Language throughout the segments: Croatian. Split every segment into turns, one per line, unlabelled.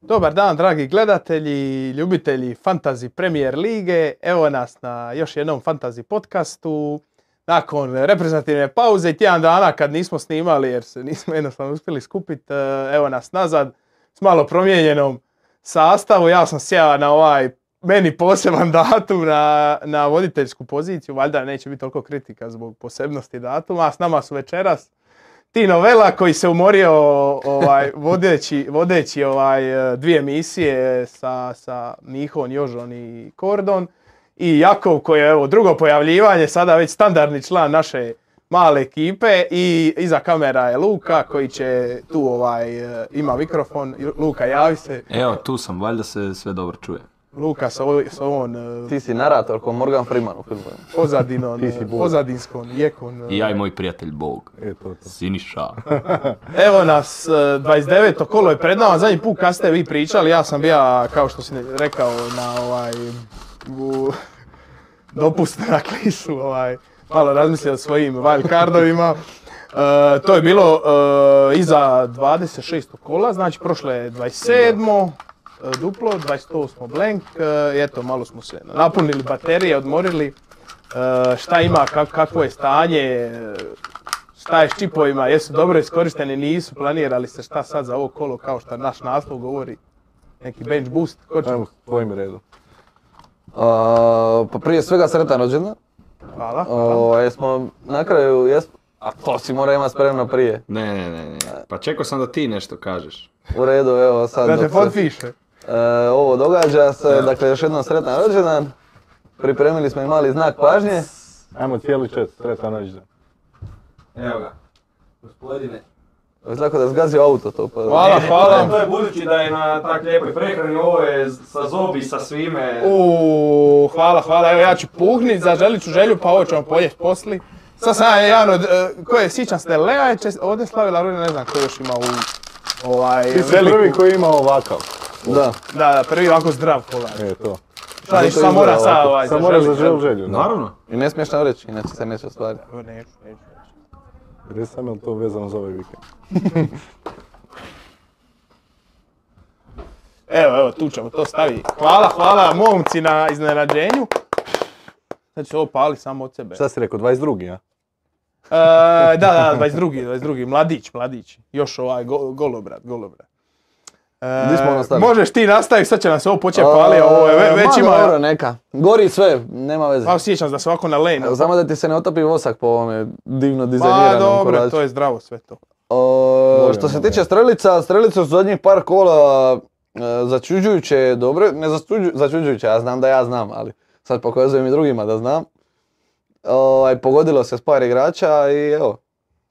Dobar dan dragi gledatelji, ljubitelji Fantasy Premier Lige. Evo nas na još jednom Fantasy podcastu. Nakon reprezentativne pauze i tjedan dana kad nismo snimali jer se nismo jednostavno uspjeli skupiti, evo nas nazad s malo promijenjenom sastavu. Ja sam sjeo na ovaj meni poseban datum na, na voditeljsku poziciju. Valjda neće biti toliko kritika zbog posebnosti datuma. A s nama su večeras Tino Vela koji se umorio ovaj, vodeći, vodeći ovaj, dvije misije sa, sa Mihon, Jožon i Kordon. I Jakov koji je evo, drugo pojavljivanje, sada već standardni član naše male ekipe i iza kamera je Luka koji će tu ovaj, ima mikrofon. Luka javi se.
Evo tu sam, valjda se sve dobro čuje.
Luka sa, ovoj, sa ovom... e,
Ti si narator ko Morgan Freeman u filmu.
Pozadinom, e,
Ti si Bog.
pozadinskom, jekon. e.
I ja i moj prijatelj Bog.
E, to, to.
Siniša.
Evo nas, eh, 29. kolo je pred nama, zadnji put kad ste vi pričali, ja sam bio, kao što si rekao, na ovaj, u, dopust na klisu, ovaj, malo razmislio o svojim wildcardovima. E, to je bilo eh, iza 26. kola, znači prošlo je 27. eh, duplo, 28. blank, eh, i eto malo smo se napunili baterije, odmorili. E, šta ima, kak- kakvo je stanje, eh, šta je s čipovima, jesu dobro iskorišteni, nisu, planirali se šta sad za ovo kolo, kao što naš naslov govori, neki bench boost, ko će?
Ajmo tvojim redom.
A, pa prije svega sretan rođendan.
Hvala.
O, jesmo na kraju, jesmo... A to si mora imati spremno prije.
Ne, ne, ne, ne. Pa čekao sam da ti nešto kažeš.
U redu, evo sad.
Da te
dok se,
potpiše.
e, ovo događa se, dakle još jednom sretan rođendan. Pripremili smo i mali znak pažnje.
Ajmo cijeli čet, sretan rođendan.
Evo ga. Gospodine.
Tako da zgazio auto to. Pa...
Hvala, hvala.
To je budući da je na tak lijepoj prehrani, ovo je sa zobi, sa svime.
Uuu, hvala, hvala, evo ja ću puhnit, zaželit ću želju, pa ovo ćemo pojest posli. Sad sam ja jedan od, e, ko je, sjećam se, da je Lea je čest- ovdje slavila rođendan, ne znam ko još ima u ovaj,
Ti si
veliku-
prvi koji ima ovakav.
Da.
Da, da, prvi ovako zdrav kolar.
E, to.
Šta,
zato
sam mora
izgleda
sad
ovako.
ovaj,
Sad moraš za
želju.
želju želju. da.
Naravno.
I ne smiješ nam reći, inače se neće ostvariti.
Evo, neću, neću.
Gdje sam je to vezano za ovaj vikend?
Evo, evo, tu ćemo to staviti. Hvala, hvala momci na iznenađenju. Sad ću ovo pali samo od sebe. E,
Šta si rekao, 22.
da,
a?
da, 22. 22. Mladić, mladić. Još ovaj go- golobrat, golobrat. E,
Gdje smo ono stali?
možeš ti nastaviti, sad će nas ovo početi pali, a ovo je ve-
A,
već
ma Dobro,
ima...
neka. Gori sve, nema veze.
Pa osjećam se da se ovako na lane.
Evo, Samo da ti se ne otopi vosak po ovome divno
Pa
dizajniranom
dobro,
koraču.
to je zdravo sve to.
O,
Molim,
što se
molim.
tiče strelica, strelice su zadnjih par kola e, začuđujuće dobre, ne začuđu- začuđujuće, ja znam da ja znam, ali sad pokazujem i drugima da znam. Ovaj, pogodilo se s par igrača i evo,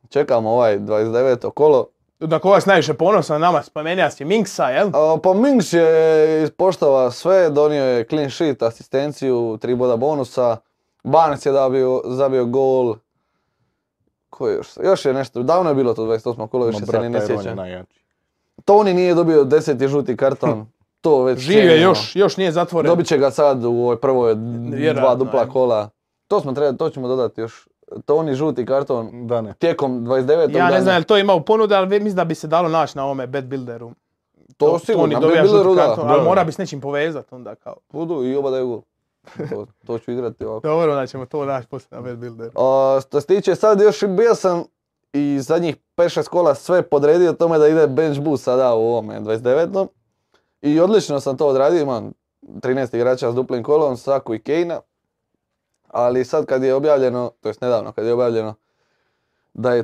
čekamo ovaj 29. kolo.
Na koga si najviše ponosan nama, spomenuo si Minksa, jel?
A, pa Minks je ispoštovao sve, donio je clean sheet, asistenciju, tri boda bonusa. Barnes je dabio, zabio gol. Ko je još? Još je nešto, davno je bilo to 28. kolo, više
Ma,
se ni ne
brata, jer on je
sjećam.
najjači.
Toni nije dobio deseti žuti karton. To već
Živ je
cijenimo.
još, još nije zatvoren.
Dobit će ga sad u ovoj prvoj dva
Vjerojatno,
dupla
ajde.
kola. To smo treba, to ćemo dodati još. Toni žuti karton
Da ne.
tijekom 29.
Ja ne
dana.
znam je li to ima u ponudi, ali mislim da bi se dalo naći na ovome bad builderu.
to,
Oni
sigurno,
dobija
bilo
žuti
ruda.
karton, ali mora bi s nečim povezat onda kao.
Budu i oba daju gol. To, to ću igrati ovako.
Dobro, onda ćemo to naći poslije na bad builderu.
A, što se tiče sad još bio sam i zadnjih 5-6 kola sve podredio tome da ide bench boost sada u ovome 29. I odlično sam to odradio, imam 13 igrača s duplim kolom, Saku i Kejna. Ali sad kad je objavljeno, to jest nedavno kad je objavljeno da je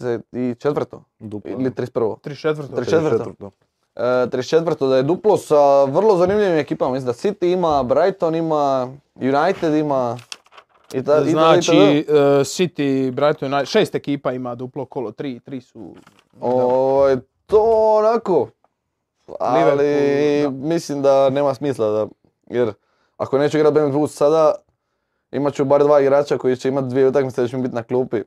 34.
Duplo.
ili 31.
34.
34. E, 34. da je duplo sa vrlo zanimljivim ekipama. Mislim da City ima, Brighton ima, United ima. I ta, i ta- i ta-
Znači, e, City, Brighton, United- šest ekipa ima duplo kolo, tri, tri su...
Ovaj, to onako. Ali
Liverpool,
mislim da nema smisla da, jer ako neću igrati Benz Boost sada, imat ću bar dva igrača koji će imati dvije utakmice da će mi biti na klupi.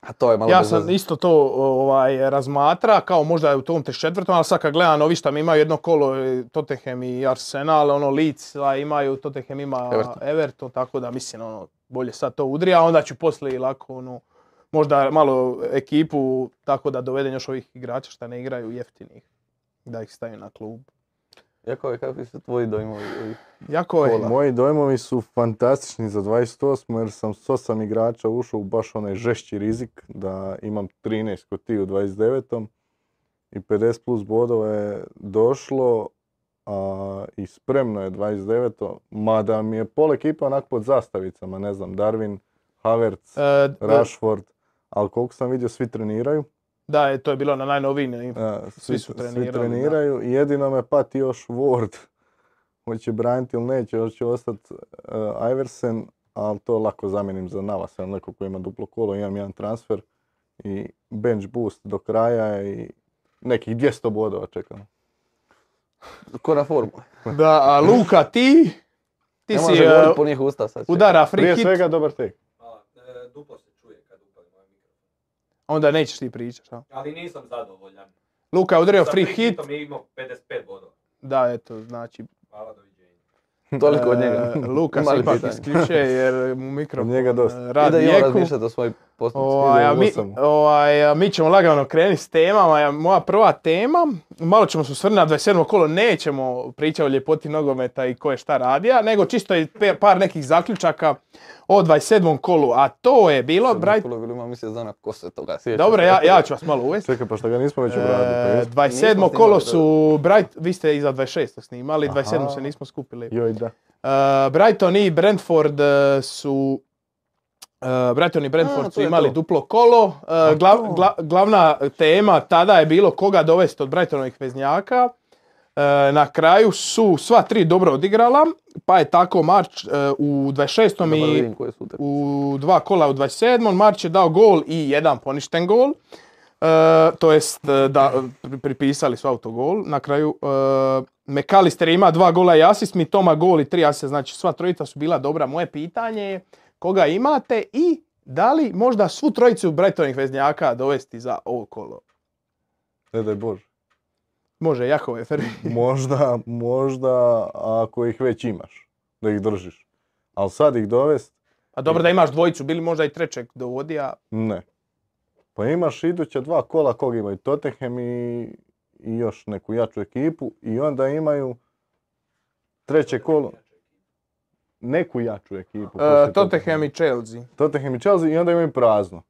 A to je malo
Ja
bez
sam
veze.
isto to o, ovaj, razmatra, kao možda je u tom 34. ali sad kad gledam ovi šta mi imaju jedno kolo, e, Tottenham i Arsenal, ono Leeds a imaju, Tottenham ima Everton.
Everton.
tako da mislim ono, bolje sad to udri, a onda ću poslije i lako ono, možda malo ekipu, tako da dovedem još ovih igrača šta ne igraju jeftinih. da ih stavim na klub.
Jakove, kakvi su tvoji dojmovi? ovih?
Jako je,
Moji dojmovi su fantastični za 28 jer sam s 8 igrača ušao u baš onaj žešći rizik da imam 13 kod ti u 29. I 50 plus bodova je došlo a, i spremno je 29. Mada mi je pol ekipa onako pod zastavicama, ne znam, Darwin, Havertz,
E,
Rashford. Ali koliko sam vidio, svi treniraju.
da, je, to je bilo na najnovijim info.
E,
Svi su trenirali, da.
treniraju. Jedino me pati još Ward. Hoće braniti ili neće, hoće ostati uh, Iversen, ali to lako zamijenim za Navasa, jer neko koji ima duplo kolo, imam jedan transfer i bench boost do kraja i nekih 200 bodova čekam.
Ko na formu?
Da, a Luka ti, ti
Ne
si
može
e,
govorit po njih usta sad. čekaj.
udara free
Prije
hit,
svega dobar tek.
E, Duplo se čuje kad upali moj mikrofon.
onda nećeš ti pričati. šta?
Ali nisam zadovoljan.
Luka je udario
Sa
free hit,
hitom je imao 55 bodova.
da, eto, znači,
Hvala, doviđenja.
Toliko od
e,
njega.
Luka se
Mali
ipak
pitanje.
isključuje jer mu mikrofon
Od njega dosta.
e,
I da
radi
i on
jeku.
razmišljati o svojoj postupci.
Ovaj, a mi,
Ide u osam.
ovaj, a mi ćemo lagano krenuti s temama. Ja- Moja prva tema, malo ćemo se osvrnuti na 27. kolo, nećemo pričati o ljepoti nogometa i ko je šta radija, nego čisto i pe- par nekih zaključaka o 27. kolu, a to je bilo, Bright-
Ima mjesec dana, ko se toga sjeća.
dobro, ja, ja ću vas malo uvesti.
Čekaj, pa što ga nismo već
E,
obradili, pa jesmo?
27.
Nismo
kolo
snimali,
su Bright, vi ste iza 26. snimali, 27. se
Aha.
nismo skupili.
Joj, da.
E, Brighton i Brentford e, su e, Brighton i Brentford
A, to
su
je
imali
to.
duplo kolo. E, glav- gla- glavna tema tada je bilo koga dovesti od Brightonovih veznjaka. E, na kraju su sva tri dobro odigrala, pa je tako Marč e, u 26.
Dobar
i
vidim koje su utakmice.
u dva kola u 27. Marč je dao gol i jedan poništen gol. E, to jest e, da, pri- pripisali su autogol. Na kraju e, McAllister ima dva gola i asist, mi Toma gol i tri asista. Znači sva trojica su bila dobra. Moje pitanje je koga imate i da li možda svu trojicu Brightonih veznjaka dovesti za ovo kolo?
Ne daj Bože.
Može, jako je Ferri.
Možda, možda ako ih već imaš, da ih držiš. Ali sad ih dovest,
A Pa dobro da imaš dvojicu, bili možda i trećeg dovodi, a
Ne. Pa imaš iduća dva kola kog imaju Tottenham i, i još neku jaču ekipu i onda imaju treće kolo neku jaču ekipu. poslije
e, Tottenham i Chelsea.
Tottenham i Chelsea i onda imaju prazno.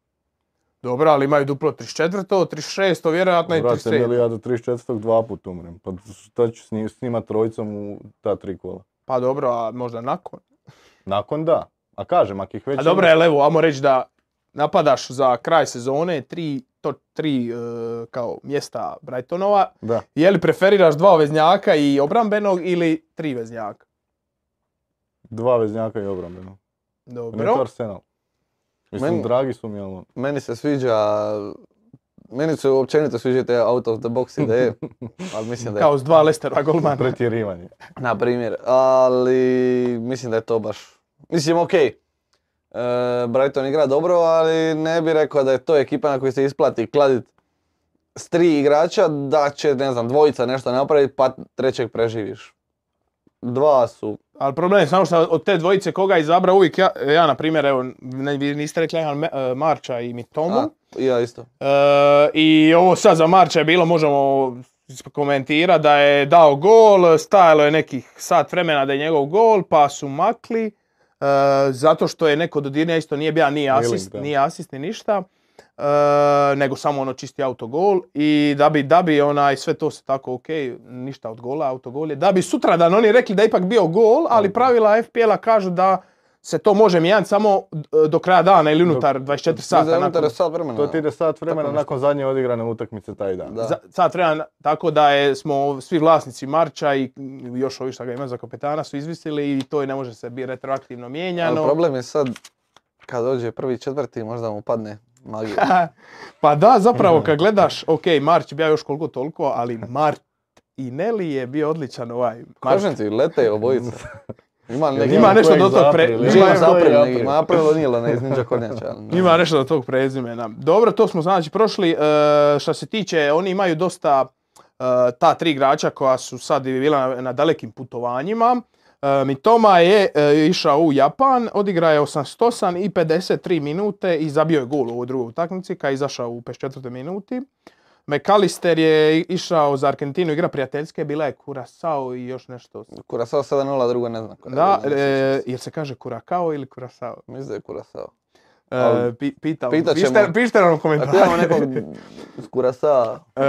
Dobro, ali imaju duplo 34, 36, vjerojatno i
Vrate
37.
ja do 34. dva put umrem. Pa šta ću s, njim- s njima trojicom u ta tri kola?
Pa dobro, a možda nakon.
Nakon da. A kažem, ako ih već
A Pa dobro,
imaš-
jel evo, ajmo reći da napadaš za kraj sezone tri, to, tri e, kao mjesta Brightonova.
Da.
Je li preferiraš dva veznjaka i obrambenog ili tri veznjaka?
dva veznjaka i obrambeno. Nije to
Dobro.
Arsenal. Mislim,
Meni-
dragi su mi, ali... ono,
Meni se sviđa... Meni se općenito sviđa te out of the box ideje, ali mislim da je
Kao s dva Lestera
Pa
golmana.
Pretjerivanje.
Na primjer, ali mislim da je to baš... Mislim, ok, E, Brighton igra dobro, ali ne bi rekao da je to ekipa na koju se isplati kladit s tri igrača, da će, ne znam, dvojica nešto napraviti, pa trećeg preživiš. Dva su.
Ali problem je samo što od te dvojice koga izabra uvijek ja, ja na primjer, evo, ne, vi niste rekli Ayhan Me- e, Marča i Mitomu.
A, ja isto.
E, I ovo sad za Marča je bilo, možemo komentirati da je dao gol, stajalo je nekih sat vremena da je njegov gol, pa su makli, e, zato što je neko dodirnio, isto nije bio ni
Wheeling,
asist,
da.
ni asist, ni ništa, e, nego samo ono čisti autogol i da bi, da bi onaj, sve to se tako ok, ništa od gola, autogol je, da bi sutradan oni rekli da je ipak bio gol, ali pravila FPL-a kažu da se to može mijenjati samo e, do kraja dana ili unutar 24
Mislim da
sata.
je unutar
nakon-
sat vremena.
To ti ide sat vremena
nešto.
nakon zadnje odigrane utakmice taj dan.
Da.
Za- sad treba, na- tako da je, smo svi vlasnici Marča i mm, još ovi što ga ima za kapetana su izvisili i to i ne može se biti retroaktivno
Ali
mijenjano.
problem je sad, kad dođe prvi četvrti, možda mu padne magija.
pa da, zapravo
Mhm.
kad gledaš, ok, Marč je bio još koliko toliko, ali Mart i Neli je bio odličan ovaj Marč.
Kažem ti, lete obojica. Ima neki...
Ima nešto do
kojeg
tog pre...
za
ima-
april, ili?
James
koji je
April,
April.
neki, ima April O'Neal, ne iz Ninja Kornjača. ali ne.
Ima nešto do tog prezimena. Dobro, to smo znači prošli. E, što se tiče, oni imaju dosta e, ta tri igrača koja su sad i bila na, na dalekim putovanjima. E, Mitoma je e, išao u Japan, odigrao je 88 i 53 minute i zabio je gol u ovoj drugoj utakmici kada je izašao u 54. minuti. McAllister je i- išao za Argentinu, igra prijateljske, bila je Curacao i još nešto.
Kurasao 7-0, drugo ne znam. koja je
Da,
bila, ne
e,
sjećam
jel se kaže Curacao ili Curacao?
se. Mislim da je Kurasao.
E,
Ali-
pi- pitam,
Pitat ćemo.
pišite, pišite nam u
Ako imamo
komentarima.
nekog s Kurasao,
E,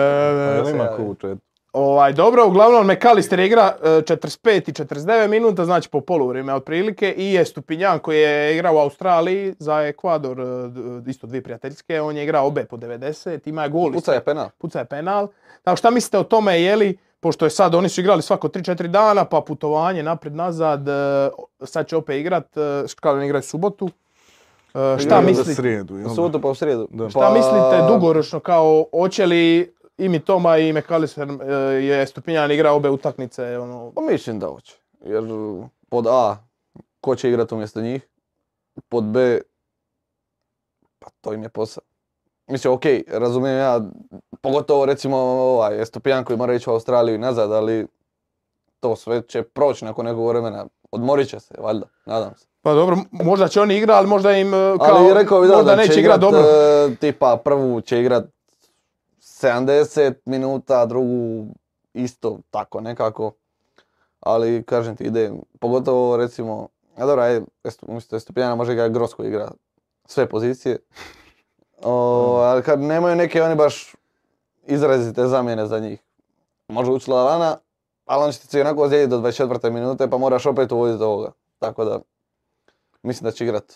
Ali ima
se-
ko u četu.
Ovaj, dobro, uglavnom McAllister igra e, 45 i 49 minuta, znači po poluvrijeme otprilike i je Stupinjan koji je igrao u Australiji za Ekvador, e, d- isto dvije prijateljske, on je igrao obe po 90, ima je gol,
puca je penal.
puca je penal. Znači šta mislite o tome, je li, pošto je sad, oni su igrali svako 3-4 dana, pa putovanje naprijed-nazad, e, sad će opet igrat, e, kada ne igraju subotu, E, šta
Igraju za
mislite?
srijedu, jel
U
da?
subotu pa u srijedu.
Da.
Šta mislite dugoročno kao hoće li i mi Toma i McAllister e, je Stupinjan igra obe utakmice ono
Pa mislim da hoće. Jer pod A, ko će igrati umjesto njih? Pod B, pa to im je posao. Mislim, ok, razumijem ja, pogotovo recimo ovaj Estupijan koji mora ići u Australiju i nazad, ali to sve će proći nakon nekog vremena. Odmorit će se, valjda, nadam se.
pa dobro m- možda će oni igrat ali možda im e, kao
Ali rekao bi da,
možda
da
neće
će
igrat
igrat,
dobro
e, tipa prvu će igrat 70 minuta, drugu isto tako nekako. Ali kažem ti ide, pogotovo recimo, a dobro, aj, Estu- umjesto Estupinjana može ga Grosko igra sve pozicije. O, ali kad nemaju neke oni baš izrazite zamjene za njih. Može ući Lalana, ali on će ti se onako ozlijediti do 24. minute pa moraš opet uvoditi ovoga. Tako da, mislim da će igrat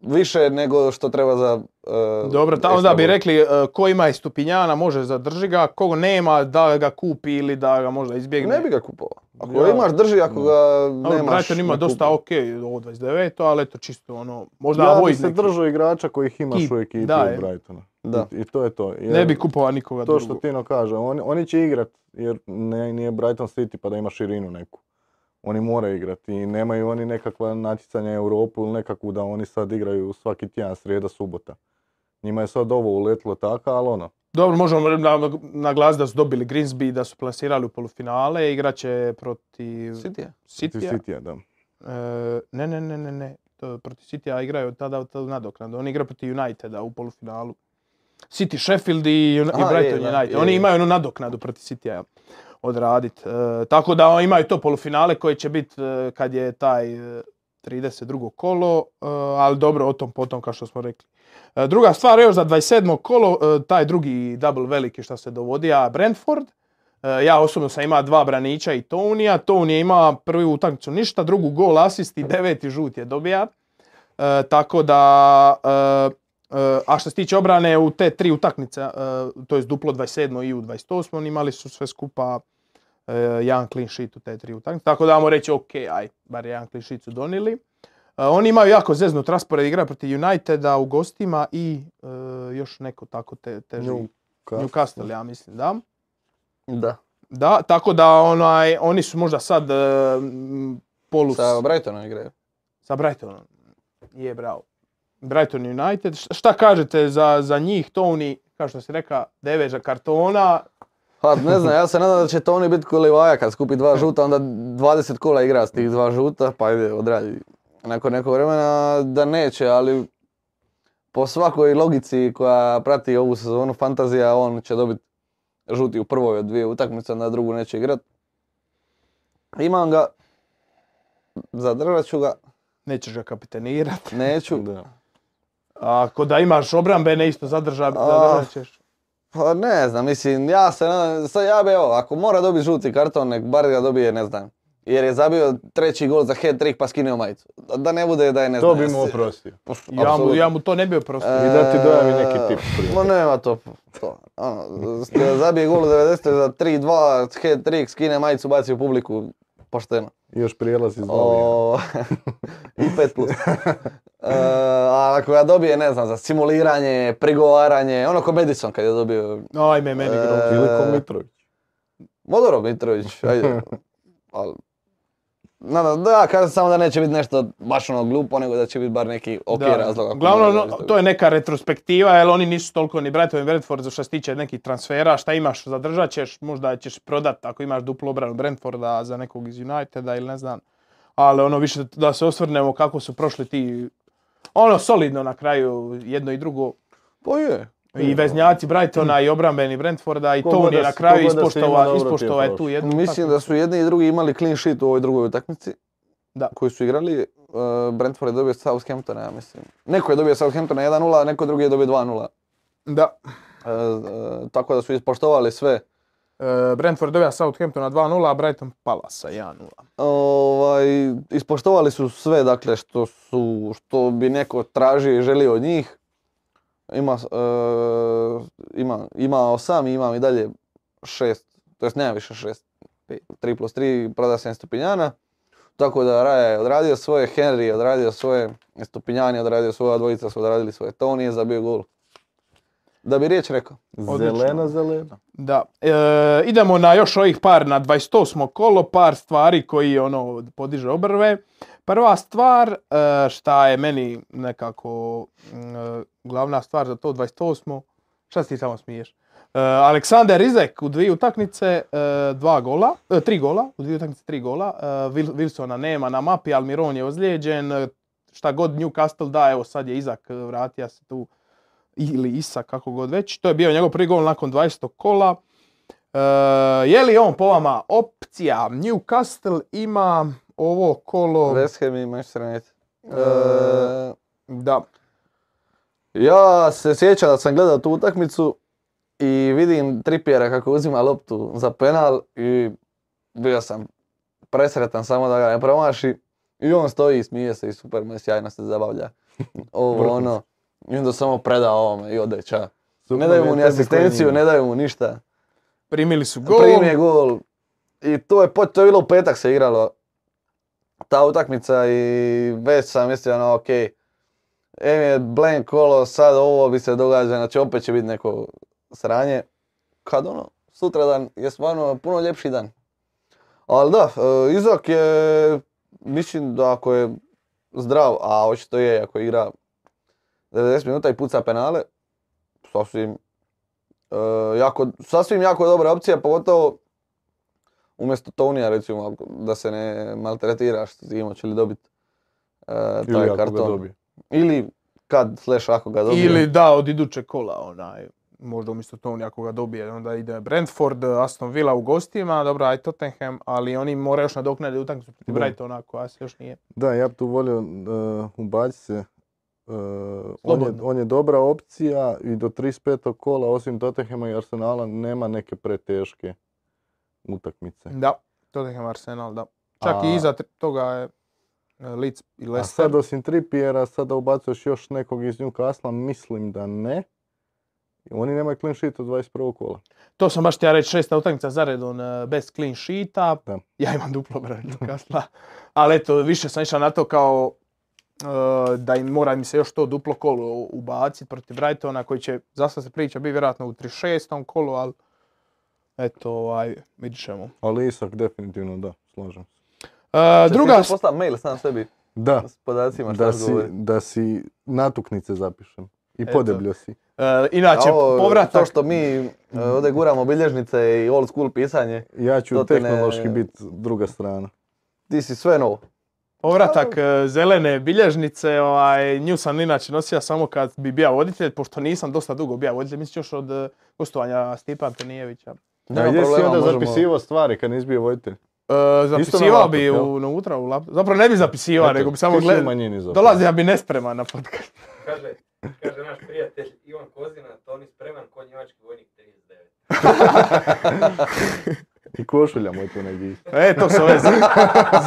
više nego što treba za... e,
dobro ta, onda
ekstra
bi
gol.
rekli e, ko ima i Stupinjana može zadrži ga kogo nema da ga kupi ili da ga možda izbjegne
Ne bi ga kupovao. Ako ga
Ja.
imaš, drži, ako ga
Dobro,
nemaš...
Brighton ima
ne
dosta
kupuj.
ok, ovo 29, ali eto čisto ono, možda
Ja bi
Void
se
neki.
držao igrača kojih imaš
Kid,
u ekipi
da, je.
od Brightona.
Da.
I, i to je to. Jer
Ne bi kupovao nikoga
To što
drugog.
Tino kaže, oni, oni će igrat jer ne, nije Brighton City pa da ima širinu neku. Oni moraju igrati i nemaju oni nekakva natjecanja u Europu ili nekakvu da oni sad igraju svaki tjedan, srijeda, subota. Njima je sad ovo uletilo tako, ali ono,
Dobro, možemo na- naglasiti da su dobili Greensby, da su plasirali u polufinale, igraće protiv
City-a.
protiv
City.
City-a, da.
E, ne, ne, ne, ne, ne. To, protiv City-a igraju od tada od nadoknada. Oni igraju protiv Uniteda u polufinalu. City, Sheffield i, Uni- i
Aha,
Brighton
je, da,
United.
je,
Oni
je.
imaju onu nadoknadu protiv City-a odradit. E, tako da oni imaju to polufinale koje će biti e, kad je taj e, 32. kolo, e, ali dobro o tom potom kao što smo rekli. E, druga stvar još za 27. kolo, e, taj drugi double veliki što se dovodi, a Brentford, E, ja osobno sam imao dva branića i Tonija. Toni je imao prvu utakmicu ništa, drugu gol, asist i deveti žut je dobija. E, tako da, e, e, a što se tiče obrane, u te tri utakmice, e, to je duplo 27. i u 28. imali su sve skupa e, jedan clean sheet u te tri utakmice. Tako da vamo reći, ok, aj, bar jedan clean sheet su donijeli. E, oni imaju jako zeznut raspored igra protiv Uniteda u gostima i e, još neko tako te, teži. Newcastle, ja mislim, da.
Da.
Da, tako da onaj, oni su možda sad e, m, polu s-
Sa Brightonom igraju.
sa Brightonom. Je bravo. Brighton United. Š- Šta kažete za, za njih, Tony, kao što se reka, deveža kartona,
Pa ne znam, ja se nadam da će to oni biti ko Livaja kad skupi dva žuta, onda 20 kola igra s tih dva žuta, pa ide odradi nakon nekog vremena da neće, ali po svakoj logici koja prati ovu sezonu fantazija, on će dobiti žuti u prvoj od dvije utakmice, na drugu neće igrat. Imam ga, zadržat ću ga,
nećeš ga kapitenirat.
neću.
Da.
A Ako da imaš obrambene, isto zadrža,
Ah,
zadržat ćeš.
Pa ne znam, mislim, ja se nadam, sad ja bi evo, ako mora dobiti žuti karton, nek bar ga dobije, ne znam. Jer je zabio treći gol za hat-trick pa skinio majicu. Da, da ne bude da je ne
To
znam.
bi mu
jesi-
oprostio.
Pff,
Ja mu,
apsolutno.
ja mu to ne bi oprostio.
I da ti dojavi neki
E,
tip prije.
Ma nema to, to. Ono, st- zabije gol u 90. za 3-2, hat-trick, skine majicu, baci u publiku, pošteno.
I Još prijelaz iz Valija.
O, I pet plus. E, a ako ga dobije, ne znam, za simuliranje, prigovaranje, ono ko Madison kad je dobio
Ajme, meni
E,
grob.
Ili ko Mitrović.
Modoro Mitrović, ajde. Ali, nadam, da, kažem samo da neće biti nešto baš ono glupo, nego da će biti bar neki ok
Da.
razlog. ako
Uglavnom,
mora
no,
doći do-
to je neka retrospektiva, jer oni nisu toliko ni Brighton i Brentford što se tiče nekih transfera, šta imaš, zadržat ćeš, možda ćeš prodat ako imaš duplu obranu Brentforda za nekog iz Uniteda ili ne znam. Ali ono više da se osvrnemo kako su prošli ti, ono solidno na kraju jedno i drugo.
Pa je.
I veznjaci Brightona i obrambeni Brentforda i
Ko god
Tony
da
na
s-
kraju
ko god da se ima
ispoštova,
dobro ti je
ispoštova je tu
prošlo.
jednu.
Mislim da su jedni i drugi imali clean sheet u ovoj drugoj utakmici.
Da.
Koju su igrali. E, Brentford je dobio Southamptona, ja mislim. Neko je dobio Southamptona 1-0, a neko drugi je dobio 2-0.
Da.
E, e, tako da su ispoštovali sve.
E, Brentford dobija Southamptona 2-0, a Brighton Palasa 1-0.
Ovaj, ispoštovali su sve, dakle, što, su, što bi neko tražio i želio od njih. Ima, s- e, ima, imao sam i imam i dalje šest, to jest nema više šest. 3 plus 3 proda sam stupinjana. Tako da Raja je odradio svoje, Henry je odradio svoje, Stupinjan je odradio svoje, ova dvojica su odradili svoje. Tony je zabio gol. Da bi riječ rekao.
Odlično.
Zelena, zelena.
Da. E, idemo na još ovih par, na 28. kolo, par stvari koji ono podiže obrve. Prva stvar, e, šta je meni nekako mm, e, glavna stvar za to 28. Šta si ti samo smiješ? E, Aleksander Rizek u dvije utakmice, e, dva gola, e, tri gola, u dvije utakmice tri gola. E, Wil- Wilsona nema na mapi, Almiron je ozlijeđen, e, šta god Newcastle da, evo sad je Izak e, vratio se tu ili Isa, kako god već. To je bio njegov prvi gol nakon 20. kola. E, je li on po vama opcija? Newcastle ima ovo kolo...
West Ham i Manchester United.
E,
E,
Da,
Ja se sjećam da sam gledao tu utakmicu i vidim Trippiera kako uzima loptu za penal i bio sam presretan samo da ga ne promaši. I on stoji i smije se i super mu je, sjajno se zabavlja. Ovo
Vrhunski.
ono. I onda samo preda ovome i ode ča. Ne
Super
daju
je
mu ni
tebi koji
asistenciju,
nije.
ne daju mu ništa.
primili su gol.
Primi je gol. I to je, pot- to je bilo u petak se igralo. Ta utakmica i već sam mislio na ok. Em je blank kolo, sad ovo bi se događa, znači opet će biti neko sranje. Kad ono, sutradan je stvarno puno ljepši dan. Ali da, e, Izak je, mislim da ako je zdrav, a očito je ako igra 90 minuta i puca penale, sasvim E, jako, sasvim jako dobra opcija, pogotovo umjesto Tonija recimo, ako- da se ne maltretiraš, imao će li dobiti
Ili
taj
ako ga
karton.
dobije.
Ili kad, slash ako ga dobije.
Ili da, od idućeg kola onaj. Možda umjesto to ako ga dobije, onda ide Brentford, Aston Villa u gostima, dobro, aj Tottenham, ali oni moraju još nadoknaditi utakmicu protiv
Da.
Brightona koja se još nije.
Da, ja bi tu volio uh, ubaciti se. e, on, je,
Slobodno.
on je dobra opcija i do 35. kola, osim Tottenhama i Arsenala, nema neke preteške utakmice.
Da, Tottenham Arsenal, da. Čak
Eh. A-
i iza tri- toga je e, Leeds i
A
Leicester.
sad osim Trippiera, sada ubacuješ još nekog iz Newcastle, mislim da ne. Oni nemaju clean sheet od 21. kola.
To sam baš htio reći, šesta utakmica zaredom e, bez clean sheeta.
Da.
Ja imam duplo broj Newcastle. Ali eto, više sam išao na to kao e, da im mora mi se još to duplo kolo ubaciti protiv Brightona koji će, za sad se priča, biti vjerojatno u 36. kolu, ali eto, ovaj, vidit ćemo.
Ali Isak definitivno da, slažem se.
E,
Jesi
druga,
sad poslao mail sam sebi
Da,
s podacima šta
da
se
si,
govori.
da si natuknice zapišem. I
Eto.
podebljo si.
e,
A
inače,
ovo,
povratak,
To što mi e, ovdje guramo bilježnice i old school pisanje,
Ja ću
To te ne-
tehnološki biti druga strana.
ti si sve novo.
povratak e, zelene bilježnice, ovaj, nju sam inače nosio samo kad bi bio voditelj, pošto nisam dosta dugo bio voditelj, mislim još od e, gostovanja Stipa Antonijevića.
Da,
Nema
gdje si
problema,
onda
možemo-
zapisivao stvari kad nisi bio voditelj?
E, zapisivao
laptop,
bi
jel?
u, unutra u laptop. Zapravo ne bi zapisivao,
Eto,
nego bi samo
ti si u
gledao.
manjini zapravo.
Dolazi ja bi nespreman na podcast.
Kaže, kaže naš prijatelj Ivan Kozina, to ni spreman ko njemački vojnik 39.
I košulja moj tu negdje. isto.
E, to su ove ze-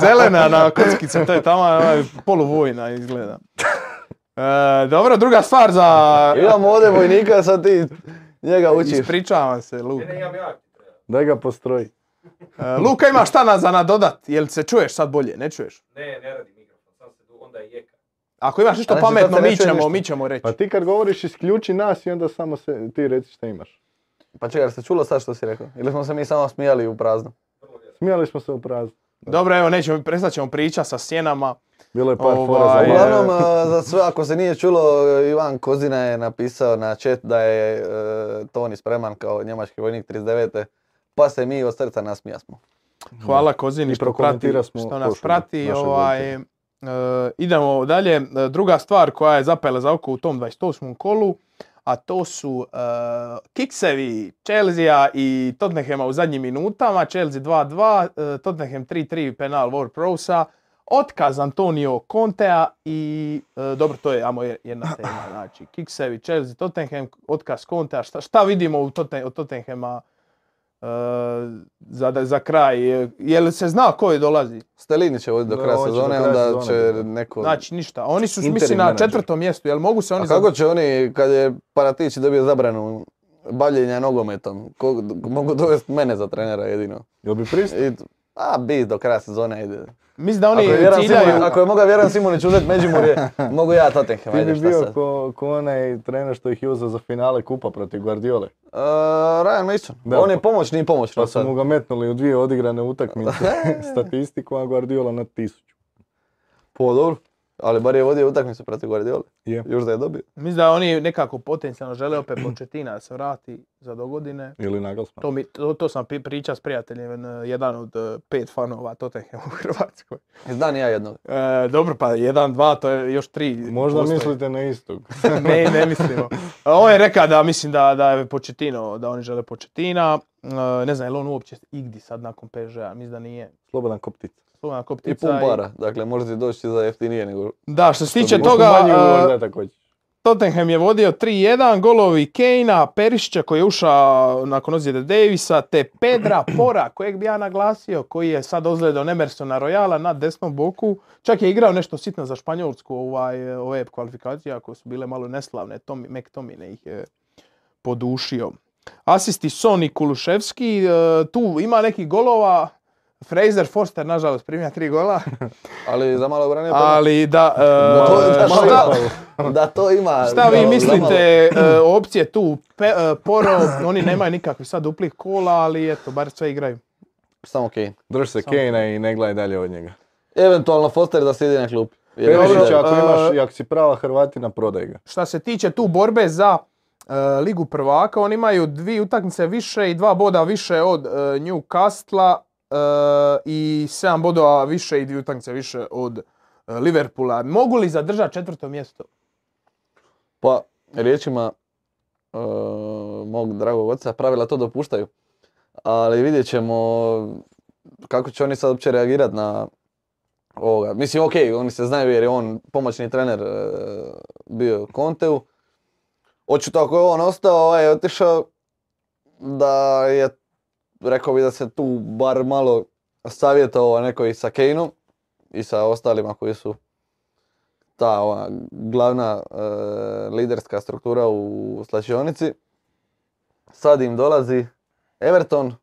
zelena na kockice, to je tamo ovaj, poluvojna izgleda. E, dobro, druga stvar za...
Imamo ovdje vojnika, sad ti njega učiš.
Ispričavam se,
Ne,
Luka.
ne, ja bi ja ti trebao.
Daj ga postroji.
E, Luka ima šta na, za nadodat, jel se čuješ sad bolje, ne čuješ?
Ne, ne radi mikrofon, sam se du, onda je jeka.
Ako imaš nešto
Znači, sad
pametno,
se ne
mi
čuje
ćemo,
ništa.
mi ćemo reći.
Pa ti kad govoriš isključi nas i onda samo se, ti reci šta imaš.
Pa čekaj, jel se čulo sad što si rekao? Ili smo se mi samo smijali u prazno?
Smijali smo se u prazno.
Dobro, evo, nećemo, prestat ćemo priča sa sjenama.
Bilo je par
Ovaj,
fora za
Pa je.
Uglavnom, e, za sve, ako se nije čulo, e, Ivan Kozina je napisao na chat da je e, Toni spreman kao njemački vojnik 39. Pa se mi od srca nasmijasmo.
Hvala Kozini
I
što, prati,
prokomentira smo
što nas
košulju
prati.
našeg
Ovaj, e, idemo dalje. E, Druga stvar koja je zapela za oko u tom 28. kolu, a to su eh, kiksevi Chelsea i Tottenhema u zadnjim minutama, Chelsea 2-2, eh, Tottenham 3-3 penal Ward Prowsa, otkaz Antonio Contea i, eh, dobro, to je amo jedna tema, znači, kiksevi Chelsea, Tottenham, otkaz Contea, šta, šta vidimo u Totten, od Tottenhama eh, za, da- za kraj, eh, je li se zna koji dolazi?
Stelini će voditi do
Da,
kraja
on će do
sezone,
kraja
onda
sezone,
će
da.
neko...
Znači ništa, oni su
Interim
mislim na
menadžer.
četvrtom mjestu, jel mogu se oni...
A kako će oni, kad je Paratić dobio zabranu bavljenja nogometom, kog, mogu dovesti mene za trenera jedino.
Jel bi pristao?
I, a, bi, do kraja sezone ide.
Mislim da oni
Ako je, Vjeran Simonić,
ciljaju...
ako je mogao Vjeran Simonić uzeti Međimurje, mogu ja Tottenham,
Ti
ajde
bi
šta
bio
sad.
ko, ko onaj trener što ih je uzeo za finale kupa protiv Guardiole.
E, Ryan Mason,
Da.
on je pomoćni i
Pa
pomoćno
su
sad.
mu ga metnuli u dvije odigrane utakmice statistiku, a Guardiola na tisuću.
Po, dobro. Ali bar je vodio utakmicu protiv Guardiole.
Je.
Još da je dobio.
Mislim da oni nekako potencijalno žele opet Početina da se vrati za dogodine.
Ili Nagelsmann.
To, mi, to, to sam pi- pričao s prijateljem, eh, jedan od eh, pet fanova Tottenhama u Hrvatskoj.
Znam i ja jednog.
E, dobro, pa jedan, dva, to je još tri.
Možda
postoje.
mislite na istog.
ne, ne mislimo. A On je rekao da mislim da, da je Početino, da oni žele Početina. Ne znam, je li on uopće igdi sad nakon PSG-a, mislim da nije.
Slobodan koptic.
Slobodan
I
Koptica
pun para. Dakle, možete doći za jeftinije nego...
Da, što se tiče
Možda
toga,
manji
eh,
možda također.
Tottenham je vodio 3-1, golovi Kejna, Perišića koji je ušao nakon ozljede Davisa, te Pedra Pora kojeg bi ja naglasio, koji je sad ozljedao Nemersona Royala na desnom boku. Čak je igrao nešto sitno za Španjolsku ovaj, ove kvalifikacije koje su bile malo neslavne. Tomi, McTomine ih je podušio. Asisti Son i Kuluševski, e, tu ima nekih golova. Fraser Forster, nažalost, primio tri gola,
Ali za malo branio
ali da... e,
Da to, da,
šta-
to ima, da to ima.
Šta vi
malo-
mislite, e, opcije tu, Pe- e, Poro, oni nemaju nikakvih sad duplih kola, ali eto, bar sve igraju.
Samo Kane.
Drž se
Samo-
Kejna i ne gledaj dalje od njega.
Eventualno Foster da sjedi na klupi. Jer
Perišić,
mislim da-
ako
e,
imaš, i ako si prava Hrvatina, prodaj ga.
Šta se tiče tu borbe za e, Ligu prvaka, oni imaju dvije utakmice više i dva boda više od e, Newcastle i sedam bodova više i dvije utakmice više od e, Liverpoola. Mogu li zadržati četvrto mjesto?
Pa, riječima e, mog dragog oca, pravila to dopuštaju. Ali vidjet ćemo kako će oni sad uopće reagirati na ovoga. Mislim, ok, oni se znaju jer je on pomoćni trener e, bio Konteu. Očito ako je on ostao, ovaj je otišao da je, rekao bi da se tu bar malo savjetovao neko i sa Kaneom i sa ostalima koji su ta ova, glavna e, liderska struktura u slačionici. Sad im dolazi Everton.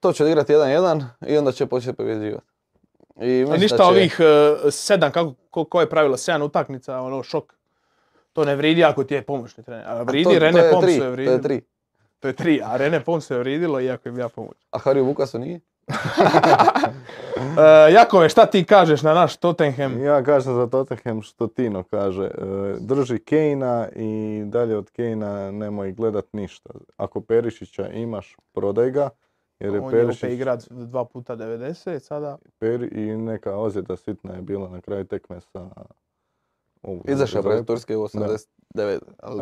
To će odigrati 1-1 i onda će početi pobjeđivati. I mislim da
Ništa
će-
ovih e, sedam, kako, ko, ko je pravilo, sedam utakmica, ono šok. To ne vridi ako ti je pomoćni trener. A
A to-
vridi,
to
Rene
je
Pomsu
tri,
je
To
vrijedilo.
je tri.
To je tri, a Rene Pomsu je vridilo iako je bila pomoć.
A Harry Vukasu nije?
E, Jakove, šta ti kažeš na naš Tottenham?
Ja kažem za Tottenham što Tino kaže. e, Drži Kejna i dalje od Kejna nemoj gledat ništa. Ako Perišića imaš, prodaj ga. Jer je
On je
Perišić
opet igra dva puta 90, sada Pa
peri i neka ozljeda sitna je bila na kraju tekme sa... ovu-
Izašao je protiv
Zagreb.
Turske u 89.
E,
Ali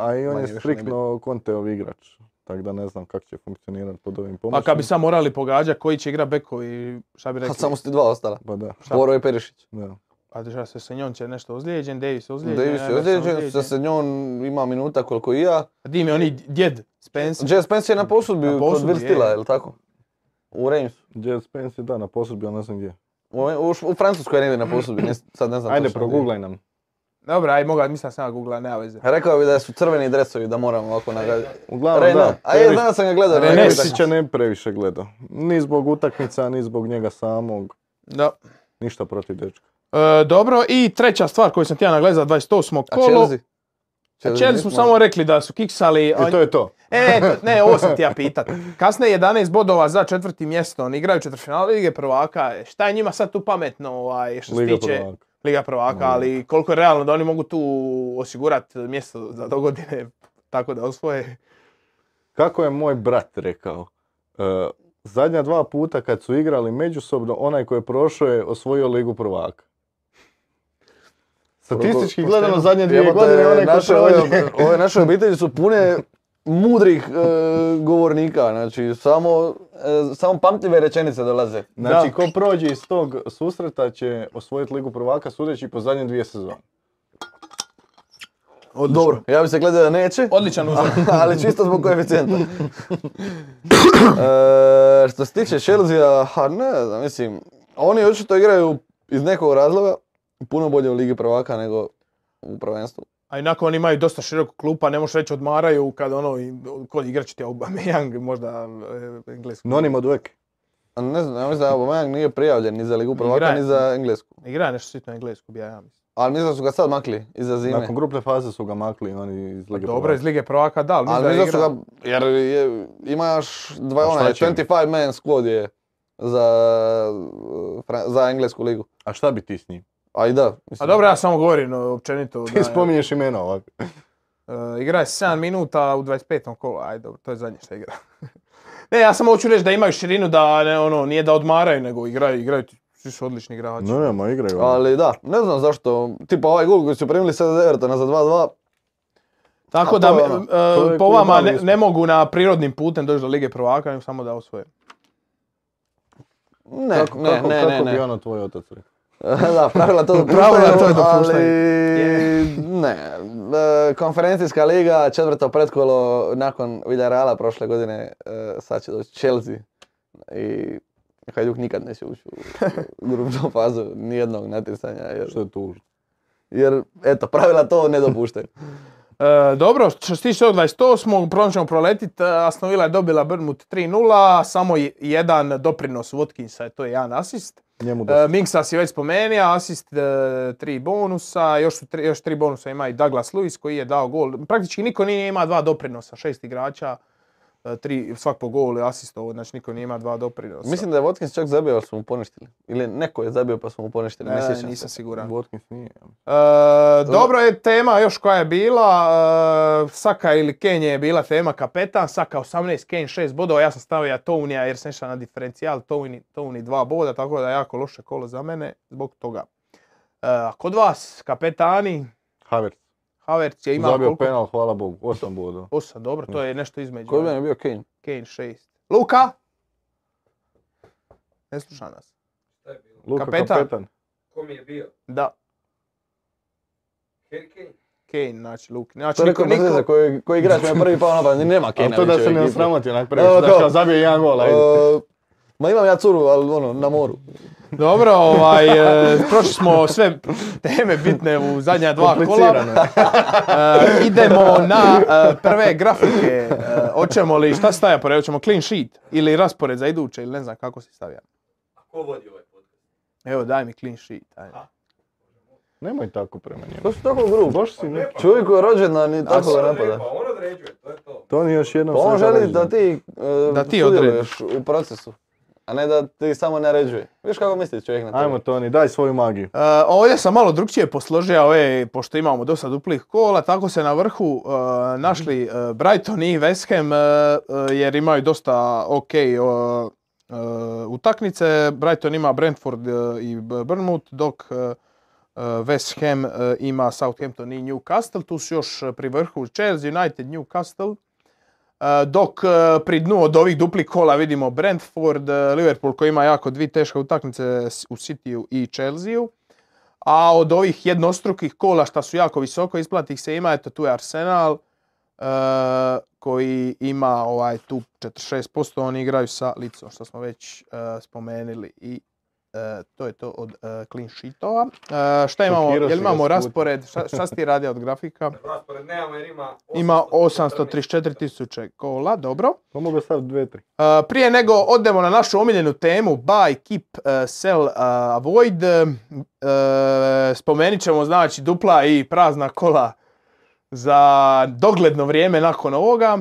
a i on je
manje više ne bi.
striktno Conteov igrač. Tako da ne znam kako će funkcionirati pod ovim
pa
pomoćima.
kad bi sad morali pogađati koji će igra bekovi, šta bi
a
rekli?
samo su ti dva ostala.
Pa da,
Šta?
Boro i Perišić.
da.
A šta se Senjon će nešto ozlijeđen, Davis je ozlijeđen.
Davis je
Ederson
ozlijeđen, sa se njom ima minuta koliko i ja.
A Di mi je oni djed, Spence.
Jazz Spence je na posudbi
Na
kod
posudbi,
Bill Stila,
je.
je li tako? U Reims.
Jazz Spence je da, na posudbi, ali ne znam gdje.
U, u, Š- u Francuskoj je negdje na posudbi, ne, sad ne znam
Ajde,
točno gdje.
proguglaj nam.
Dobro, aj moga, mislim da sam ja googla, nema veze.
Rekao bi da su crveni dresovi da moramo ovako nagrađati.
Uglavnom,
Rena,
da.
a je,
Perišić-
danas sam ga gledao.
Rene
na
Ne,
Ne,
si-
utakmici.
Mesića ne previše gledao. Ni zbog utakmica, ni zbog njega samog.
Da.
Ništa protiv dečka.
E, dobro, i treća stvar koju sam ti ja nagledao, 28.
A
kolo.
Chelsea?
A Chelsea smo samo rekli da su kiksali. a-
I to je to.
E, to- ne, ovo sam ti ja pitat. Kasne 11 bodova za četvrti mjesto, oni igraju četvrtfinale Lige prvaka. E, Šta je njima sad tu pametno ovaj, što se
Liga
tiče
prvaka.
Liga prvaka, ali koliko je realno da oni mogu tu osigurati mjesto za dogodine tako da osvoje.
Kako je moj brat rekao, e, zadnja dva puta kad su igrali međusobno, onaj koji je prošao je osvojio Ligu prvaka.
Statistički
Pošteno.
gledano zadnje dvije
Jebote,
godine onaj ko
naše
prođe...
ove-
Ove naše obitelji su pune mudrih e, govornika, znači samo, e, samo pamtljive rečenice dolaze.
Znači,
Da.
ko prođe iz tog susreta će osvojiti Ligu prvaka sudeći po zadnje dvije sezone.
Dobro, ja bi se gledao da neće,
Odličan uzor.
ali čisto zbog koeficijenta. E, što se tiče Chelsea, ha ne znam, mislim, oni očito igraju iz nekog razloga puno bolje u Ligi prvaka nego u prvenstvu.
A inako oni imaju dosta široko klupa, ne možeš reći odmaraju kad ono, i- kod igrat će ti Aubameyang, možda e, engleski.
Nonim od uvek.
A Ne znam, ja mislim da Aubameyang nije prijavljen ni za Ligu prvaka,
Igra-
ni za Englesku.
Igra je nešto sitno englesku, bi ja ja mislim.
Ali mislim da su ga sad makli iza zime.
Nakon grupne faze su ga makli oni Pa iz Lige
Dobro,
prvaka.
iz Lige prvaka, da, ali,
Ali
mislim da
mislim da su
igra-
ga, jer je, imaš dva
A šta
onaj,
će?
25 man squad je za, e, Fra- za englesku ligu.
A šta bi ti s njim?
A i da,
A
mislim.
dobro, ja samo govorim no, općenito. da
Ti
je-
spominješ imena ovako.
E, igra je 7 minuta u 25. kolu, aj dobro, to je zadnje što igra. ne, ja samo hoću reći da imaju širinu, da ne, ono, nije da odmaraju, nego igraju, igraju, ti- svi su odlični igrači.
No, ne, pa ma igraju. oni.
Ali da, ne znam zašto, tipa ovaj gol koji su primili sad od Evertona za 2-2,
Tako
A
da,
to je
mi-
ono,
e,
to je
po
koji
vama
mali
ne,
uspjeh.
ne mogu na prirodnim putem doći do Lige prvaka, nego samo da osvoje.
ne,
Kako,
ne,
kako,
ne,
kako
ne, ne.
bi ono tvoj otac rekao?
da, pravila to
Pravila to
dopuštaju, ali
dopuštaju.
ne. E, Konferencijska liga, četvrto pretkolo nakon Villarala prošle godine, e, sad će doći Chelsea. I Hajduk nikad neće ući u u grupnu fazu nijednog natjecanja. Jer...
Što je tužno?
Jer, eto, pravila to ne dopuštaju.
E, dobro, što se tiče tog 28. prvom ćemo proletit, e, Aston Villa je dobila Brnmut 3-0, samo je- jedan doprinos Watkinsa, to je jedan asist.
Njemu da
E, Minksa si već spomenuo, asist e, tri bonusa, još, su tri, još tri bonusa ima i Douglas Lewis koji je dao gol. Praktički niko nije ima dva doprinosa, šest igrača, e, tri, svak po golu i asist, ovo, znači niko nije ima dva doprinosa.
Mislim da je Watkins čak zabio, ali su mu poništili. Ili neko je zabio pa su mu poništili, ne
E,
sjećam
nisam
se.
siguran.
Watkins nije.
E, dobro je tema još koja je bila, e, Saka ili Kenje je bila tema kapetan, Saka 18, Kane 6 bodova, ja sam stavio Tounija jer sam išao na diferencijal, Touni, Touni 2 boda, tako da jako loše kolo za mene zbog toga. E, a kod vas, kapetani,
Havertz.
Havertz je imao
Zabio
koliko?
penal, hvala Bogu, osam bodova.
8, dobro, to je nešto između. ono,
Koji bi je bio Kane?
Kane 6. Luka? Ne sluša nas.
Luka
Kapetan.
kapetan.
Ko mi je bio?
Da,
Herkej?
Kane, znači Luka. Znači,
To je rekao bez veze, koji, koji igrač mi je prvi pao na pamet, ni nema Kane.
A to da se ne osramoti onak prvi,
Evo
da
to.
kao zabije jedan gol, ajde.
ma imam ja curu, ali ono, na moru.
Dobro, ovaj, e, prošli smo sve teme bitne u zadnja dva kola.
Komplicirano je.
E, idemo na e, prve grafike. E, hoćemo li, šta staja po redu? Hoćemo clean sheet ili raspored za iduće ili ne znam kako se stavlja.
A ko vodi ovaj podcast?
Evo daj mi clean sheet. ajde.
Nemoj tako prema njemu.
To su tako grubo.
Baš si ne...
Čovjek koji je rođen, a ni tako
On
ga
određuje,
napada.
pa on određuje, to je to.
To ni još jednom
Pa on
sve
želi
reći.
da ti, e,
Da ti
sudjeluješ u procesu, a ne da ti samo naređuje. Viš kako misli čovjek na to? E,
Ajmo Toni, daj svoju magiju.
E, ovdje sam malo drukčije posložio ove, pošto imamo dosta duplih kola, tako se na vrhu e, našli e, Brighton i West Ham, e, e, jer imaju dosta ok e, e, utakmice. Brighton ima Brentford e, i B- Bournemouth, dok e, e, West Ham e, ima Southampton i Newcastle. Tu su još e, pri vrhu Chelsea, United, Newcastle. E, dok e, pri dnu od ovih duplih kola vidimo Brentford, e, Liverpool koji ima jako dvi teške utakmice s- u Cityju i Chelseaju. A od ovih jednostrukih kola šta su jako visoko isplati ih se ima, eto tu je Arsenal e, koji ima ovaj tu 46%, oni igraju sa Licom što smo već e, spomenuli i e, to je to od e, clean sheetova. E, šta imamo,
Šokirao
jel
si ga
imamo
s puta.
raspored, šta, šta si ti radio od grafika?
Raspored nemamo jer ima...
Ima 834 tisuće kola, dobro.
Pa mogu staviti dve, tri.
E, prije nego odemo na našu omiljenu temu buy, keep, e, sell, e, avoid, e, spomenit ćemo znači dupla i prazna kola za dogledno vrijeme nakon ovoga.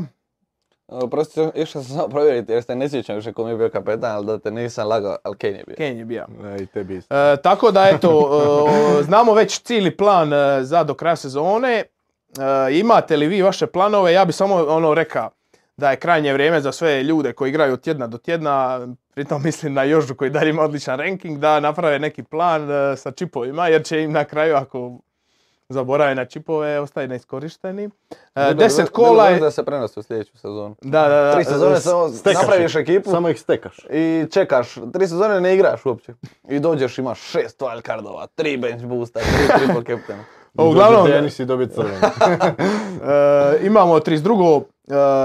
Evo, Prosti, išao sam samo provjeriti jer se ne sjećam više ko mi je bio kapetan, ali da te nisam lagao, ali Kane je bio.
Ken je bija.
E, I tebi isto.
E, tako da eto, e, znamo već cijeli plan e, za do kraja sezone. E, imate li vi vaše planove? Ja bi samo ono rekao da je krajnje vrijeme za sve ljude koji igraju od tjedna do tjedna, pritom mislim na Jožu koji dalje ima odličan ranking, da naprave neki plan e, sa čipovima jer će im na kraju ako zaboravi na čipove, ostaje neiskorišteni. E,
Bilo bi
Deset
gl-
kola
bilo bi
je...
dobro da se prenosi u sljedeću sezonu.
Da, da, da.
Tri
E,
sezone samo
Stekaš
napraviš ekipu
Samo ih stekaš.
i čekaš. Tri sezone ne igraš uopće. I dođeš imaš šest wildcardova, tri bench boosta, tri triple captaina.
O, Uglavnom,
Dođe tenis i dobije crveno.
E, imamo 32.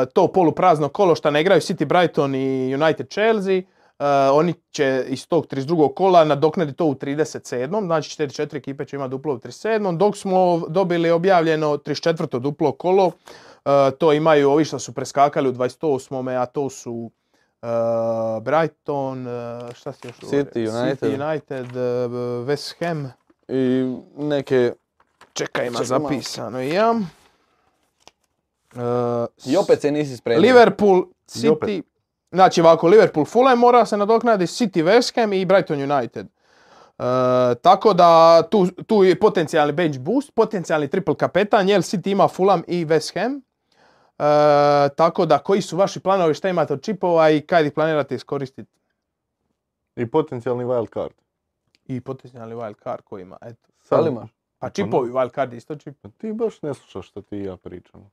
e, to poluprazno kolo što ne igraju City, Brighton i United Chelsea. E, oni će iz tog 32. kola nadoknaditi to u 37. Znači 4-4 ekipe će imati duplo u 37. Dok smo dobili objavljeno 34. duplo kolo. E, to imaju ovi što su preskakali u 28. a to su e, Brighton, e, šta si još
City,
govorio?
United.
City, United, e, West Ham.
I neke...
Čekaj, ima
Čekaj malo.
zapisano i ja. E,
I opet se nisi spremio.
Liverpool,
I opet.
City, znači ovako, Liverpool Fulham mora se nadoknadi, City West Ham i Brighton United. E, tako da tu, tu je potencijalni bench boost, potencijalni triple kapetan, jer City ima Fulham i West Ham. E, tako da koji su vaši planovi, šta imate od čipova i kad ih planirate iskoristiti?
I potencijalni wild card.
I potencijalni wild card koji ima, eto.
Da li imaš?
Pa čipovi, wild card isto čip.
Pa Ti baš ne slušaš što ti i ja pričamo.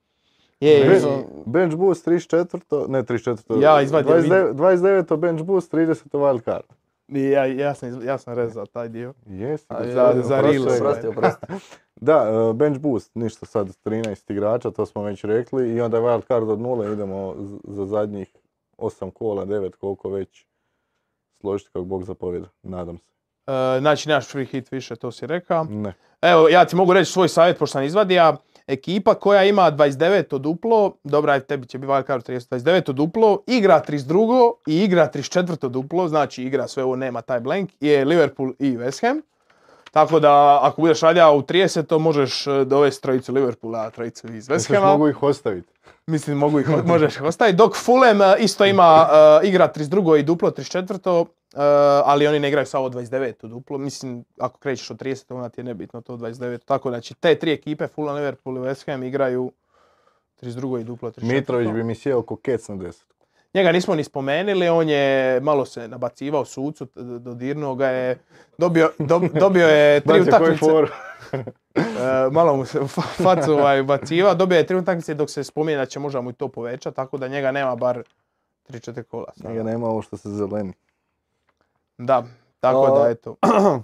Je,
Ne
je,
znam, Bench boost 34, ne 34,
Ja izvadim
29, 29 bench boost, 30 wild card.
je. ja, ja, sam, iz- ja sam rezao taj dio.
Jesi,
A,
da,
za-
da,
za
oprosti,
Reels.
oprosti.
Oprosti, oprosti.
Da, e, bench boost, ništa sad 13 igrača, to smo već rekli i onda wild card od nule idemo z- za zadnjih 8 kola, 9 koliko već složiti kako Bog zapovjeda, nadam se.
E, znači, nemaš free hit više, to si rekao.
Ne.
Evo, ja ti mogu reći svoj savjet, pošto sam izvadija. Ekipa koja ima 29 duplo, dobra, ajde, tebi će biti wildcard 30, 29 duplo, igra 32 i igra 34 duplo, znači igra sve ovo, nema taj blank, je Liverpool i West Ham. Tako da, ako budeš radija u 30, možeš e, dovesti trojicu Liverpoola, a trojicu iz West
Misliš,
Hama.
mogu ih ostaviti.
Mislim, mogu ih, možeš ih ostaviti. Dok Fulham e, isto ima e, igra 32 i duplo 34, e, ali oni ne igraju samo 29 duplo. Mislim, ako krećeš od 30, onda ti je nebitno to 29. Tako, znači, te tri ekipe, Fulham, Liverpool i West Ham, igraju 32 i duplo 34.
Mitrović bi mi sjeo ko kec na 10.
Njega nismo ni spomenuli, on je malo se nabacivao sucu, t- dodirnuo ga je, dobio, dob- dobio je tri
Bacio koju
utakmice.
foru.
E, malo mu se u fa- facu ovaj, baciva, dobio je tri utakmice dok se spominje da će možda mu i to povećati, tako da njega nema bar 3-4 kola. sada.
Njega nema ovo što se zeleni.
Da, tako
A-
da eto.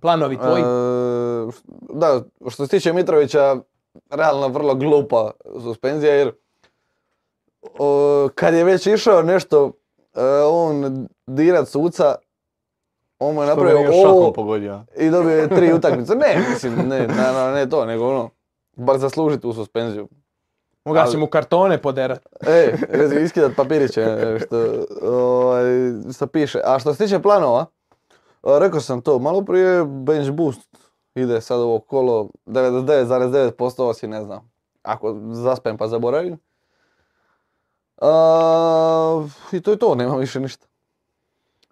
Planovi tvoji?
E, š- da, što se tiče Mitrovića, realno vrlo glupa suspenzija jer o, kad je već išao nešto, e, on dirat suca, on mu je
Što ga nije
napravio
šakom
ovo
pogodio.
i dobio je tri utakmice. Ne, mislim, ne, na- na- ne to, nego ono, bar zaslužiti tu suspenziju.
Moga si
ali-
mu kartone poderat.
E, rez- iskidat papiriće e, što, ovaj, što piše. A što se tiče planova, e, rekao sam to, malo prije bench boost ide sad ovo kolo, 99,9% osim ne znam. Ako zaspem pa zaboravim. A, I to je to, nema više ništa.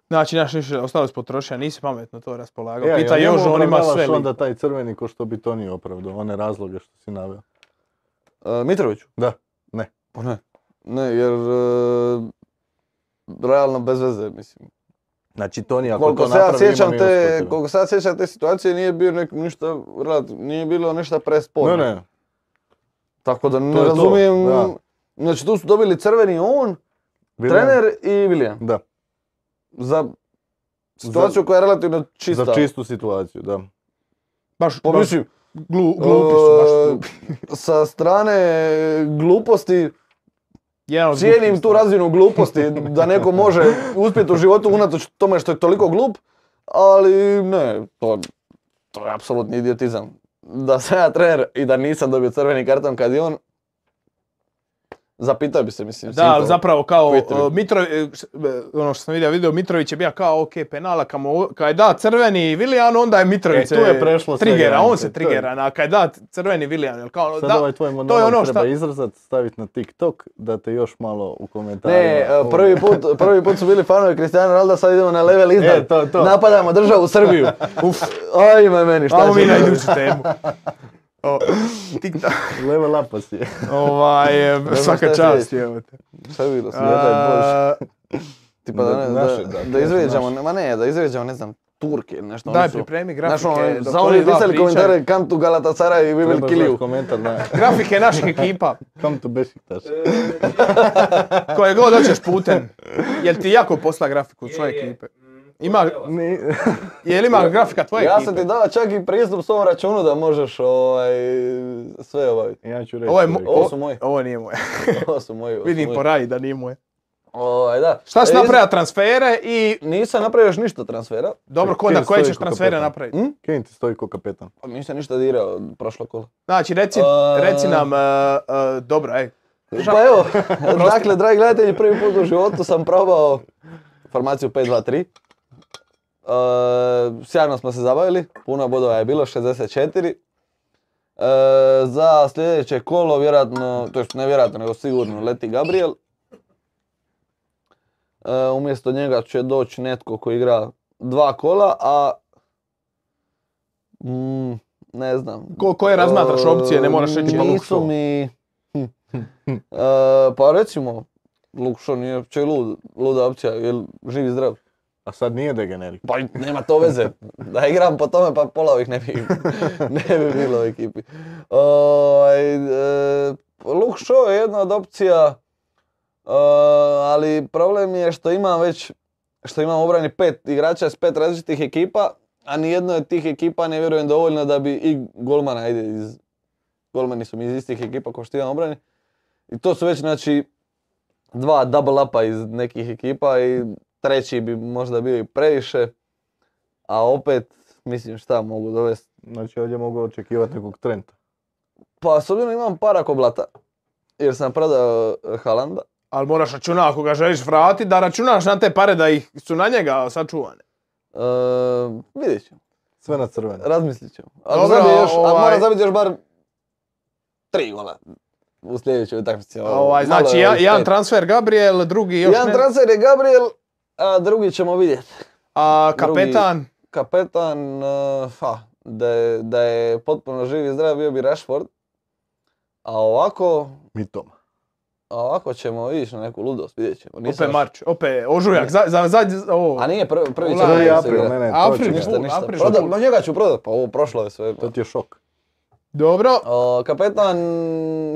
Znači, naš ništa, ostalo si potrošio, nisi pametno to raspolagao.
E,
Ja,
Pita
jel njemu
Jožo, on ima
opravdavaš
sve. li-
onda taj crveni ko što bi to nije opravdao, one razloge što si naveo.
E, Mitroviću?
Da, ne.
Pa ne. Ne, jer e, realno bez veze, mislim.
Znači Toni ako
koliko
to
se ja
napravi, ima
sjećam
minus
te,
protiv.
koliko se ja sjećam te situacije nije bio nek, ništa, relati- nije bilo ništa presporno.
Ne, ne,
Tako da ne
To je to,
razumijem.
da.
Znači tu su dobili crveni on,
William,
trener i William.
Da,
Za situaciju koja je relativno čista.
za čistu situaciju, da.
Baš,
Pa
baš
mislim,
glu- glupi su, baš
e,
glupi.
sa strane gluposti,
Jedan od
cijenim
glupih
tu
stvari.
razinu gluposti da neko može uspjeti u životu unatoč tome što je toliko glup, ali ne, to, to je apsolutni idiotizam. Da sam ja trener i da nisam dobio crveni karton kad je on, zapitao bi se, mislim.
Da, ali
simptom.
zapravo kao
Twitter.
uh, Mitro, e, š- e, ono što sam vidio, video Mitrović je bio kao ok penala, kad, mu, kad je da crveni Vilijan, onda je Mitrović
E, tu je prešlo sve
trigera, on
granice,
se
to je.
trigera, a kad je da crveni Vilijan, jel kao ono,
Sad
da,
ovaj tvoj
to je
monolog
ono
treba
šta,
izrezat, staviti na TikTok, da te još malo u komentarima...
Ne, e, prvi put, prvi put su bili fanovi Cristiano Ronaldo, sad idemo na level iznad.
E, to, to.
Napadamo državu Srbiju. Uf, ajme meni, šta
ajmo
će
mi na
to?
iduću temu. O, TikTok.
Level up si je.
Ovaj, e,
šta
svaka
je
čast, evo te.
Šta je bilo?
A, dakle,
Tipa da,
Da,
ne,
naše,
da,
da,
da
to su
izvrijeđamo, ma ne, da izvrijeđamo, ne znam, Turke ili nešto.
Daj,
oni su-
pripremi grafike.
Znaš, ono,
dok
za oni
dva
pisali
pričaju.
komentare come to Galatasaray, we will
Trebaš
kill
gledat
you.
komentar na
Grafike naših ekipa,
come to Besiktas.
E,
koje god hoćeš putem. Jel ti jako posla grafiku svoje ekipe? Ima,
Ni-
jel ima grafika tvoje
Ja sam
pa ekipe?
ti dao čak i pristup svom računu da možeš ovaj, sve obaviti.
ja ću reći.
Ovo, je, Ovaj mo-
uvijek.
Ovo su moji.
ovo nije moje.
Ovo su moji. ovo su
Vidim
moji.
po raji da nije moje.
Ovaj, da.
Šta si
E, iz-
napravio transfere i...
Nisam napravio još ništa transfera.
Dobro, ko
Kim
da koje
stoji
ćeš
ko
transfere
kapetan?
napraviti?
Kane ti stoji ko kapetan.
Pa nisam ništa dirao od prošlog kola.
Znači, reci,
E.
reci nam, e, e, dobro, ej.
Pa evo, dakle, dragi gledatelji, prvi put u životu sam probao formaciju 5-2-3. E, sjajno smo se zabavili, puno bodova je bilo, 64. E, za sljedeće kolo, vjerojatno, to jest ne vjerojatno, nego sigurno leti Gabriel. E, umjesto njega će doći netko koji igra dva kola, a... mm, ne znam,
Ko, koje razmatraš opcije, ne moraš
E,
reći. Hm.
Nisu mi... E, pa recimo, Lukšo nije uopće lud, luda opcija, jel živi zdrav.
A sad nije degenerik.
Pa nema to veze, da igram po tome pa pola ovih ne bi, ne bi bilo u ekipi. Ovaj, e, Lukšo je jedna od opcija, e, ali problem je što imam već, što imam u obrani pet igrača s pet različitih ekipa, a nijedno od tih ekipa ne vjerujem dovoljno da bi i golmana, ajde, iz, golmani su mi iz istih ekipa ko što imam u obrani. I to su već, znači, dva double upa iz nekih ekipa i treći bi možda bio i previše. A opet, mislim šta mogu dovesti.
Znači ovdje mogu očekivati nekog trenda.
Pa s obzirom imam para koblata. Jer sam prodao eh, Haalanda.
Ali moraš računati, ako ga želiš vratiti, da računaš na te pare da ih su na njega sačuvane.
E, vidjet ćemo,
Sve na crveno.
razmislit ćemo. Ali
Dobro,
zabije još, a
ovaj-
mora zabiti još bar tri gola u sljedećoj utakmici. Ovo,
Ovaj,
malo
znači,
je
ja-
ovih
jedan
pet.
transfer Gabriel, drugi još
Jedan
ne-
transfer je Gabriel, a drugi ćemo vidjeti.
A
drugi-
kapetan,
kapetan, eh, fa, da je, da je potpuno živ i zdrav bio bi Rashford. A ovako,
Mitoma.
a ovako ćemo ići na neku ludost, vidjet ćemo. Nisam
opet
još-
Marč, opet Ožujak, za, za, za, za- ovo.
A nije prvi, prvi će
Ulaj.
prvi se
april,
igrati.
ne, ne, to
April,
će
Ništa,
Pul,
ništa.
April,
Proda-
Pul.
ma njega ću prodat, pa ovo prošlo je sve.
To ti je šok.
Dobro,
O, kapetan,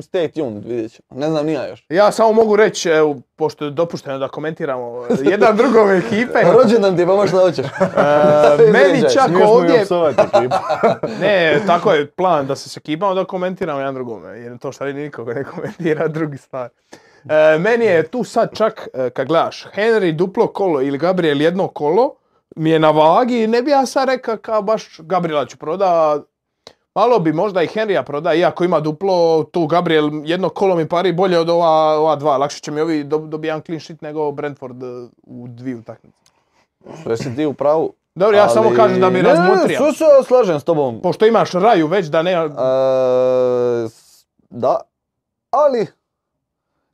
stay tuned, vidjet ćemo. Ne znam nija još.
ja samo mogu reći, evo, pošto je dopušteno da komentiramo e, jedan drugove ekipe,
Rođendan ti, pa možeš da hoćeš.
e, meni
Izviđaj.
čak
Smiješ mu i
ovdje,
opsovati ekipu.
ne, tako je plan da se s ekipama da komentiramo jedan drugome, jer to što vidi nikoga ne komentira drugi stvar. E, meni je tu sad čak, e, kad gledaš, Henry duplo kolo ili Gabriel jedno kolo, mi je na vagi i ne bi ja sad rekao kao baš Gabriela ću proda, malo bi možda i Henrya proda, iako ima duplo, tu Gabriel jedno kolo mi pari bolje od ova, ova dva, lakše će mi ovi dob- dobijan clean sheet nego Brentford e, u dviju utakmice.
Jesi ti u pravu.
Dobro, ja samo
ali-
kažem da bi
Ne, ne, ne,
razmotrio.
sve se slažem s tobom.
Pošto imaš raju već da ne...
E, s- da, ali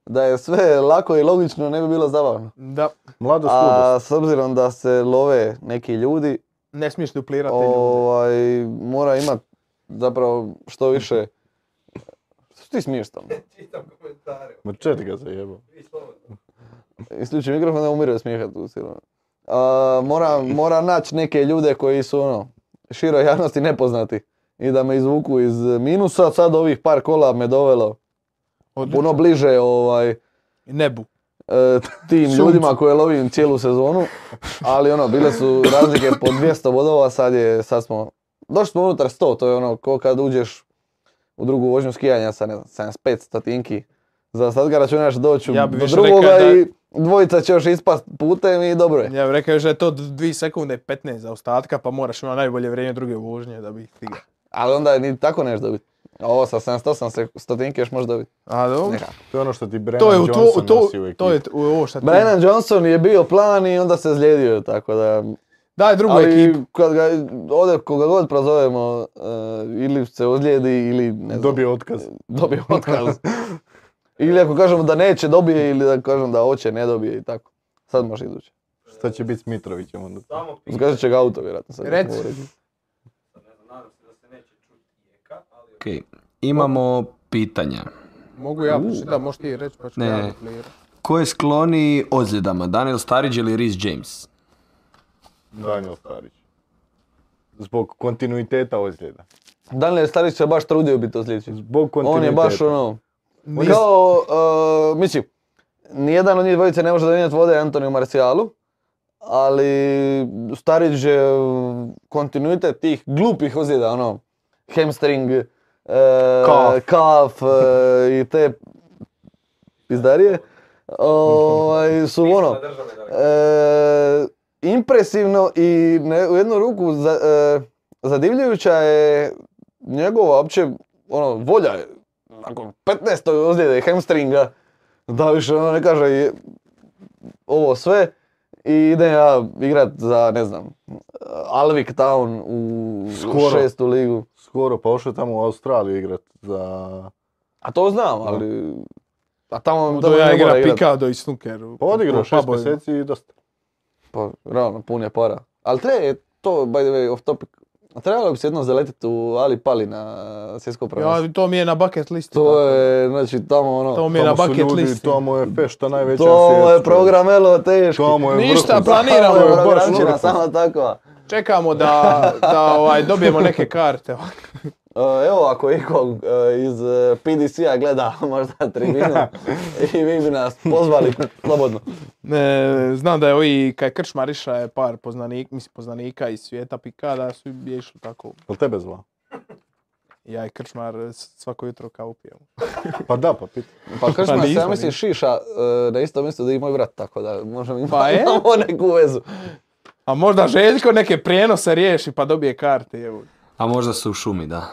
da je sve lako i logično ne bi bilo zabavno.
Da,
Mladost ludost.
A s obzirom da se love neki ljudi,
ne smiješ duplirati ljude.
ovaj, mora imat zapravo što više... Što ti smiješ tamo?
Ma čet ga zajebao.
Isključi mikrofon da umire od smijeha tu sigurno. A, mora, mora naći neke ljude koji su ono, široj javnosti nepoznati. I da me izvuku iz minusa, sad ovih par kola me dovelo puno bliže ovaj, e,
Nebu.
tim ljudima koje lovim cijelu sezonu. Ali ono, bile su razlike po 200 bodova, sad je, sad smo, došli smo unutar 100, to je ono, ko kad uđeš u drugu vožnju skijanja sa ne znam, 75 stotinki. Za sad ga računaš doći
Ja bi
do
više
drugoga
rekao da-
i dvojica će još ispast putem i dobro je.
Ja bih rekao još da je to 2 sekunde i 15 za ostatka, pa moraš imati najbolje vrijeme druge vožnje da bi ih stigao.
Ali onda ni tako neš dobit. A Ovo sa 78 se- stotinki još možeš dobiti.
A dobro.
To je ono što ti Brennan
To je u
Johnson
tvo, u to,
nosi u ekipu.
to je u ovo šta ti...
Brennan Johnson je bio plan i onda se zlijedio, tako da
Daj drugu
Ali
ekipu.
kad ga, ovdje koga god prozovemo, e, ili se ozlijedi ili ne znam,
Dobio otkaz.
dobije otkaz. ili ako kažemo da neće dobije ili da kažemo da hoće ne dobije i tako. Sad može idući.
Šta će biti s Mitrovićem onda?
Samo pitanje,
Zgažit će ga auto vjerojatno sad.
Reci.
kako govorim.
ne znam, nadam se da se neće čuti jeka, ali...
Ok, imamo pitanja.
Mogu ja početi, da možeš ti reći pa ću
Ne.
ja duplirati.
Ko je skloni ozljedama, Daniel Starić ili Rhys James?
Daniel Starić.
Zbog kontinuiteta ozljeda.
Daniel Starić se baš trudio biti ozlijeđen.
Zbog kontinuiteta.
On je baš ono...
Nis-
Kao, uh, mislim, nijedan od njih dvojice ne može donijeti vode Antoniju Marcijalu, ali Starić je uh, kontinuitet tih glupih ozljeda, ono, hamstring, uh,
Kaf.
kaf, uh, i te pizdarije, ovaj, su ono, e, impresivno i ne, u jednu ruku za, e, zadivljujuća je njegova opće ono, volja je, nakon 15. ozljede hamstringa da više ono ne kaže je- ovo sve i ide ja igrat za ne znam Alvik Town u
Skoro.
šestu ligu.
Skoro, pa ošao je tamo u Australiju igrat za...
A to znam, ali... A tamo
Do
tamo
ja
ne
igra
mora igrat.
Pikado i Snookeru.
Pa odigrao
Po
šest
pubovima.
mjeseci i dosta.
Pa, realno, pun je para. Ali treba je to, by the way, off topic. Trebalo bi se jednom zaletiti u Ali Pali na svjetsko prvenstvo.
Ja, to mi je na bucket listi.
To je, znači, tamo ono...
To
To,
mi je na
Tamo su
bucket
ljudi,
listi.
Tamo je fešta najveća
je program Elo teški.
Tamo je
Ništa,
vrhunski.
planiramo,
Tamo je
baš
baš
Programčina,
vrhunski.
samo tako.
Čekamo da, da ovaj, dobijemo neke karte.
E, Evo, ako iko e, iz e, PDC-a gleda možda tribinu i vi bi nas pozvali slobodno.
E, znam da je ovi, kaj Krčmariša je par poznanik, mislim, poznanika iz svijeta pikada su je išli tako.
Jel tebe zvao?
Ja i Krčmar e, svako jutro kao pijemo.
Pa da, pa pita.
Pa Kršman se, ja
nismo,
mislim, šiša e, na isto mjesto da i moj brat, tako da možemo imamo
Pa je.
neku vezu.
A možda Željko neke prijenose riješi pa dobije karte. Evo.
A možda su u šumi, da.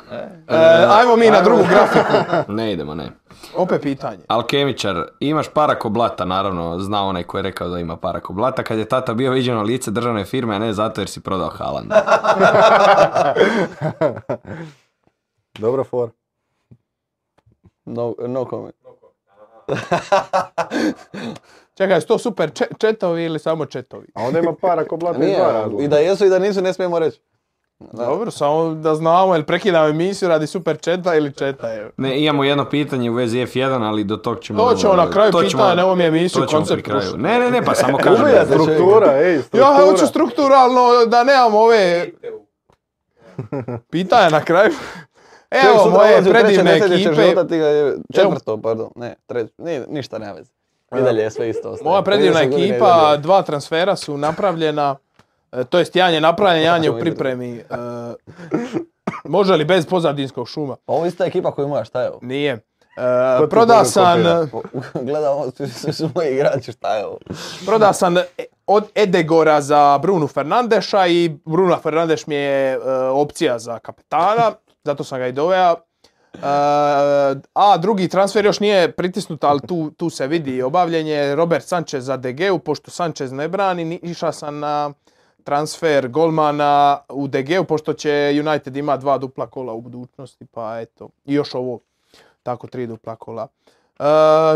E, ajmo mi na drugu grafiku.
Ne idemo, ne.
Opet pitanje.
Alkemičar, imaš para ko blata, naravno, zna onaj ko je rekao da ima para ko blata, kad je tata bio viđeno lice državne firme, a ne zato jer si prodao Haalanda.
Dobra for.
No, no comment.
Čekaj, su to super čet- četovi ili samo četovi?
A onda ima para ko
Pa
blata i
Nije,
dva razloga.
i da jesu i da nisu ne smijemo reći.
Dobro, samo da znamo, jel prekidam emisiju radi super četa ili četa, evo.
Ne, imamo jedno pitanje u vezi F1, ali do tog ćemo...
To ćemo na kraju
to ćemo-
pitanja, nemoj mi emisiju,
to ćemo
koncept
pri kraju.
rušiti.
Ne, ne, ne, pa samo kažem.
Ubija se.
Struktura, ej, struktura.
Ja hoću strukturalno da nemam ove pitanja na kraju. Evo
Čovjek
moje
sutra ulazi u treće
predivne
desetljeće
ekipe.
života, ti ga je- četvrto, pardon, ne, treće, nije, ništa nema veze. I dalje je sve isto ostaje.
Moja predivna
30 godina i
ekipa,
dalje.
dva transfera su napravljena, e, to jest jedan je napravljen, jedan je u
Ovo je
pripremi. e, Može li bez pozadinskog šuma?
Pa ovo je ista ekipa koju moja, šta je ovo?
Nije. E,
tu
Proda
koga
sam,
kopira?
Gleda ovo, svi- svi su moji igrači, šta je ovo?
proda sam e, od Edegora za Brunu Fernandeša i Bruno Fernandeš mi je e, opcija za kapetana, zato sam ga i doveo. E, a drugi transfer još nije pritisnut, ali tu, tu se vidi obavljenje. Robert Sanchez za DG-u, pošto Sanchez ne brani, ni- išao sam na transfer golmana u DG-u, pošto će United ima dva dupla kola u budućnosti, pa eto, i još ovo, tako tri dupla kola. E,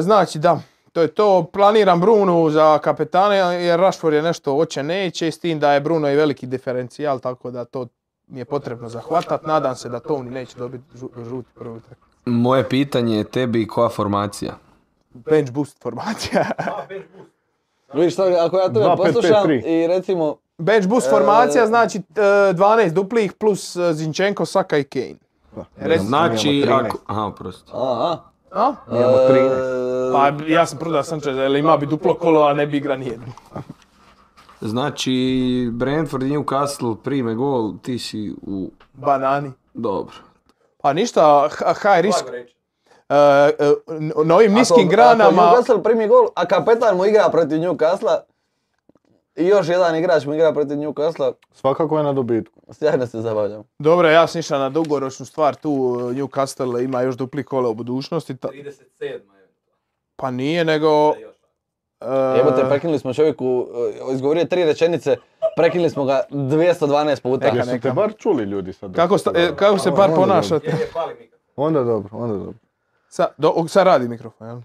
znači da, to je to. Planiram Brunu za kapetane jer Rashford je nešto oće neće s tim da je Bruno i veliki diferencijal tako da to mi je potrebno zahvatat. Nadam se da to oni neće dobiti žu- žuti prvu utakmicu.
Moje pitanje je tebi koja formacija?
Bench boost formacija.
Vidiš, šta, ako ja tebe
Dva, pet, pet,
poslušam
tri.
i recimo,
Bench boost
E,
formacija znači e, 12 duplih plus e, Zinchenko, Saka i Kane. Reci-
Znači,
Imamo 13.
ako... Aha, prosto.
aha,
A?
Imamo 13.
e,
Pa ja sam prodao Sančeza, jer ima bi duplo kolo, a ne bi igra nijedno.
Znači, Brentford i Newcastle prime gol, ti si u...
Banani.
Dobro.
Pa ništa, h- high risk. E, e, n- na ovim niskim
ako-
granama...
Ako Newcastle primi gol, a kapetan mu igra protiv Newcastle, i još jedan igrač mu igra protiv Newcastle,
Svakako je na dobitku.
sjajno se zabavljam.
Dobro, ja sam išao na dugoročnu stvar, tu e, Newcastle ima još dupli kola u budućnosti, ta-
37.
pa nije nego... e,
Jebote, prekinuli smo čovjeku, e, izgovorio je tri rečenice, prekinuli smo ga 212 puta.
Neka,
Jesu te
neka.
bar čuli ljudi sad?
kako, sta- e, kako se par ponašate?
Onda dobro, onda dobro.
Sa, do, o, sad radi mikrofon, jel?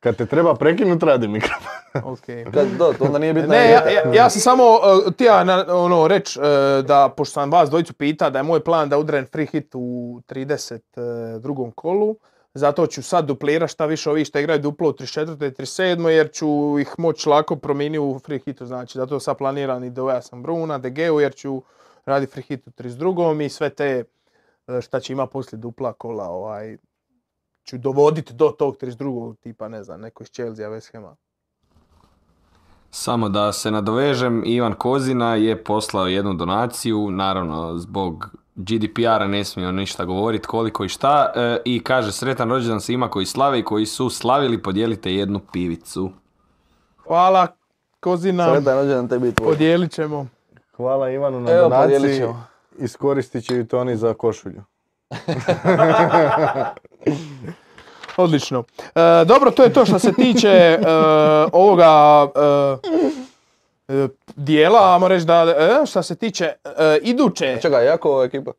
Kad te treba prekinut, radi mikrofon.
Okej.
Kad do, to onda nije bitno.
Ne, ja, ja, ja sam samo uh, tija na, ono, reći da, pošto sam vas dvojicu pita, da je moj plan da udrem free hit u 32. e, kolu, Zato ću sad duplirati šta više ovih što igraju duplo u 34. i 37. jer ću ih moć lako promijeniti u free hitu. Znači, zato sad planiram i doja sam Bruna, DG-u jer ću raditi free hit u 32. i sve te e, šta će ima poslije dupla kola ovaj, ću dovoditi do tog 32. tipa, ne znam, neko iz Chelsea, West Hama.
Samo da se nadovežem, Ivan Kozina je poslao jednu donaciju, naravno zbog GDPR-a ne smije on ništa govoriti koliko i šta, e, i kaže sretan rođendan svima koji slave i koji su slavili, podijelite jednu pivicu.
Hvala, Kozina,
Sretan rođendan tebi i tvoj.
podijelit ćemo.
Hvala Ivanu na
Evo, podijelit
donaciji.
ćemo.
Iskoristit će i to oni za košulju.
Odlično. E, dobro, to je to što se tiče e, ovoga e, e, dijela, ajmo reći da, e, što se tiče e, iduće,
Čekaj, jako ekipa.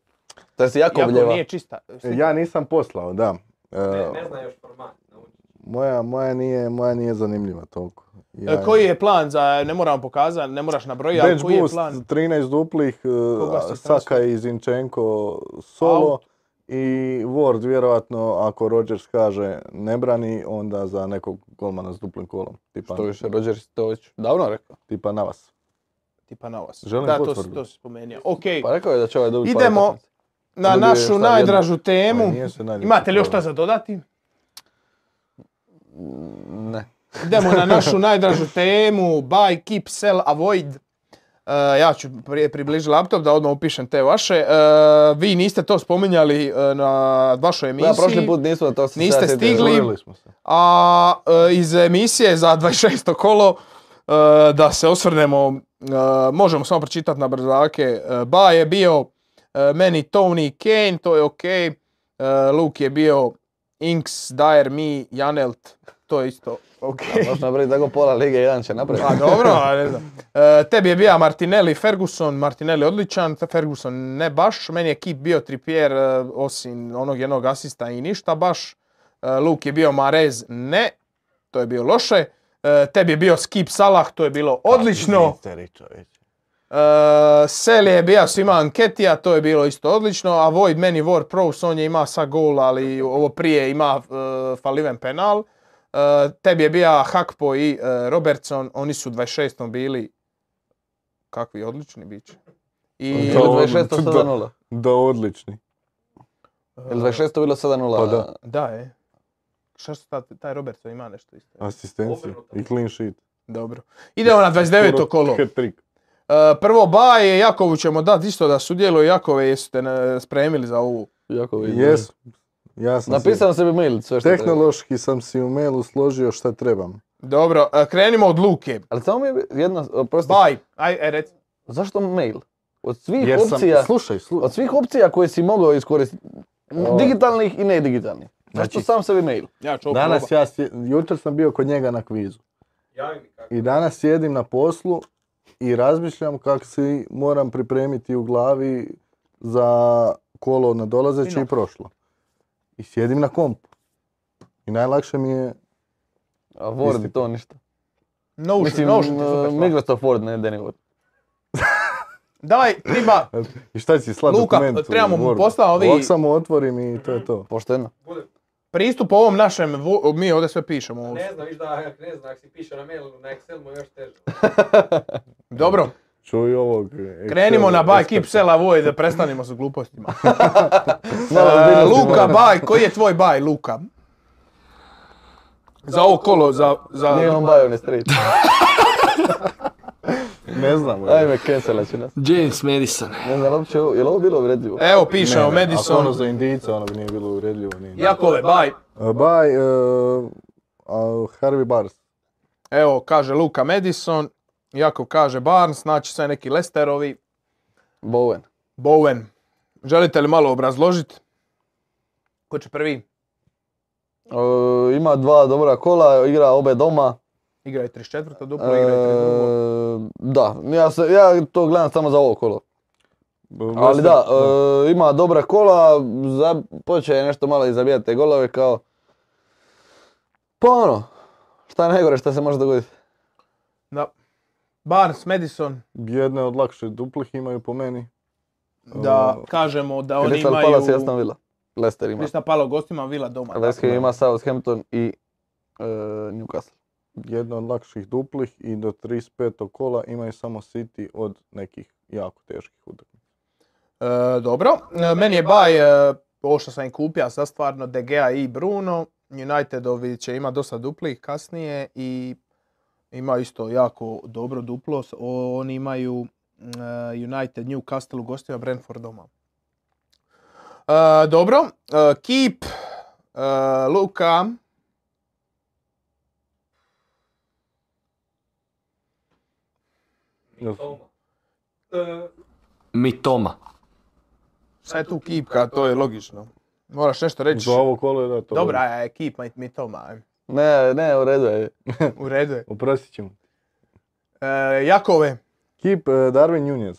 To jest jako
jako
bljeva.
nije čista.
E, Ja nisam poslao, da. E,
Ne, ne zna još format. nauči.
moja, moja, nije, moja nije zanimljiva toliko. Ja,
E, koji je plan za, ne moram pokazati, ne moraš nabrojiti, ali
Bench
koji je
boost,
plan?
13 duplih, e,
Koga si
Saka i Zinčenko solo.
Out.
I Ward vjerojatno ako Rodgers kaže ne brani, onda za nekog golmana s duplim kolom. Tipa,
Što više, Roger to već davno rekao.
tipa na vas.
Tipa na vas.
Želim
da, to,
potvrdu.
si- to si spomenuo. Ok,
Pa rekao je da će ovaj dobiti par
Idemo.
utakmica.
na
dobio je šta,
našu
jednu?
najdražu temu.
Ali Pa, nije se najljepši
Imate li još šta
problem.
za dodati?
Ne.
Idemo na našu najdražu temu, buy, keep, sell, avoid. E, ja ću prije približiti laptop da odmah upišem te vaše. E, vi niste to spominjali e, na vašoj emisiji.
Da, prošli put nismo, to se
Niste
sad sjetio.
stigli.
Dogovorili smo se.
A e, iz emisije za 26. kolo e, da se osvrnemo, e, možemo samo pročitati na brzake. E, Ba je bio e, meni Tony Kane, to je ok. E, Luke je bio Inks, Dyer, Mi, Janelt, to je isto ok.
Možeš napraviti tako pola lige, jedan
Pa
će napraviti.
dobro, a ne znam. E, tebi je bio Martinelli, Ferguson, Martinelli odličan, Ferguson ne baš, meni je kip bio Trippier e, osim onog jednog asista i ništa baš. E, Luke je bio Marez, ne, to je bio loše. E, tebi je bio Skip Salah, to je bilo odlično. E, Sel je bio svima Anketija, to je bilo isto odlično, a Void meni War Pros, on je ima sa gol, ali ovo prije ima e, faliven penal. E, tebi je bio Hakpo i e, Robertson, oni su 26. bili kakvi odlični biće. I
Ili 26 7-0.
Da, odlični.
Ili 26 bilo 7-0.
Pa da.
da je. Šta su ta- taj Robertson ima nešto isto?
Asistencija
Obrnuto.
i clean sheet.
Dobro. Idemo na 29. kolo.
Hat-trick.
E, prvo Baj je Jakovu ćemo dati isto da sudjeluje Jakove, jeste ne- spremili za ovu.
Jako vidim.
Jes, ja sam si-
Napisao sam sebi mail, sve što treba.
Tehnološki sam si u mailu složio šta trebam.
Dobro, e, krenimo od Luke.
Ali samo mi je jedno, oprosti,
Baj, aj, e, rec.
zašto mail? Od svih
Jer sam,
opcija,
slušaj, slušaj.
od svih opcija koje si mogao iskoristiti, digitalnih i nedigitalnih. Zašto
Znači-
sam sebi mail?
Ja ću ovo
Danas
probat.
ja, sje- jutro sam bio kod njega na kvizu.
Javi mi kako.
I danas sjedim na poslu i razmišljam kako si moram pripremiti u glavi za kolo nadolazeće
Fino.
i prošlo. I sjedim na kompu. I najlakše mi je
A Word
Isti.
to ništa.
Notion,
Mislim,
Notion ti je super
uh,
stvar.
Microsoft Word, ne Danny Word.
Daj, treba,
I šta će slati
Luka,
dokument? u
trebamo mu
Wordu?
poslati ovi-
Ovak samo otvorim i to je to.
Pošteno.
pristup ovom našem, vo- mi ovdje sve pišemo. ovo.
Ne znam, viš da, ne znam, ako si piše na mailu, na Excel mu je još teže.
Dobro,
Čuj ovog...
krenimo
Excel-
na baj, keep sela voj, da prestanemo sa glupostima.
Malo
E,
ozbiljnosti
Luka,
moram.
baj, koji je tvoj baj, Luka? Za ovo kolo, za... za...
Nije on bavio ni street.
Ne znam.
Ajme, cancelat ću nas. E,
James Madison.
Ne znam, uopće, ovo- je li ovo bilo uvredljivo?
Evo, piše o
Ako ono
Madison.
za indijica, ono bi nije bilo uredljivo. Nije.
Jakove, baj.
Uh, Baj, uh, uh, Harvey Bars.
Evo, kaže Luka Madison. Jakov kaže Barnes, znači sve neki Lesterovi.
Bowen.
Bowen, želite li malo obrazložiti? Ko će prvi?
E, ima dva dobra kola, igra obe doma.
Igra je 34. duplo, igra je 32.
E, da, ja, se, ja to gledam samo za ovo kolo. Ali da, e, ima dobra kola, za, počeo je nešto malo i zabijati te golove kao... Pa ono, šta je najgore šta se može dogoditi?
Da. Barnes, Madison,
Jedne od lakše duplih imaju po meni.
da
O.
kažemo da oni
Crystal
imaju...
Palace i Aston Villa. Leicester ima.
Viš napalo gostima, Vila doma.
Leicester ima Southampton i e, Newcastle.
Jedna od lakših duplih i do 35. kola imaju samo City od nekih jako teških utakmica.
E, dobro, E, meni je baj, e, ovo što sam im kupio, sad stvarno De Gea i Bruno. Unitedovi će ima dosta duplih kasnije i ima isto jako dobro duplo. S- o- Oni imaju e, United Newcastle u gostima, Brentford doma. E, dobro, e, Keep, e, Luka,
Jel-
Mitoma.
šta je tu Keepka, to je logično. Moraš nešto reći.
Za ovo kolo je da to...
Dobra e, je ekipa, mi to ma,
Ne, ne, u redu je.
u redu je.
Oprostit ćemo.
E, Jakove,
Keep e, Darwin Nunez.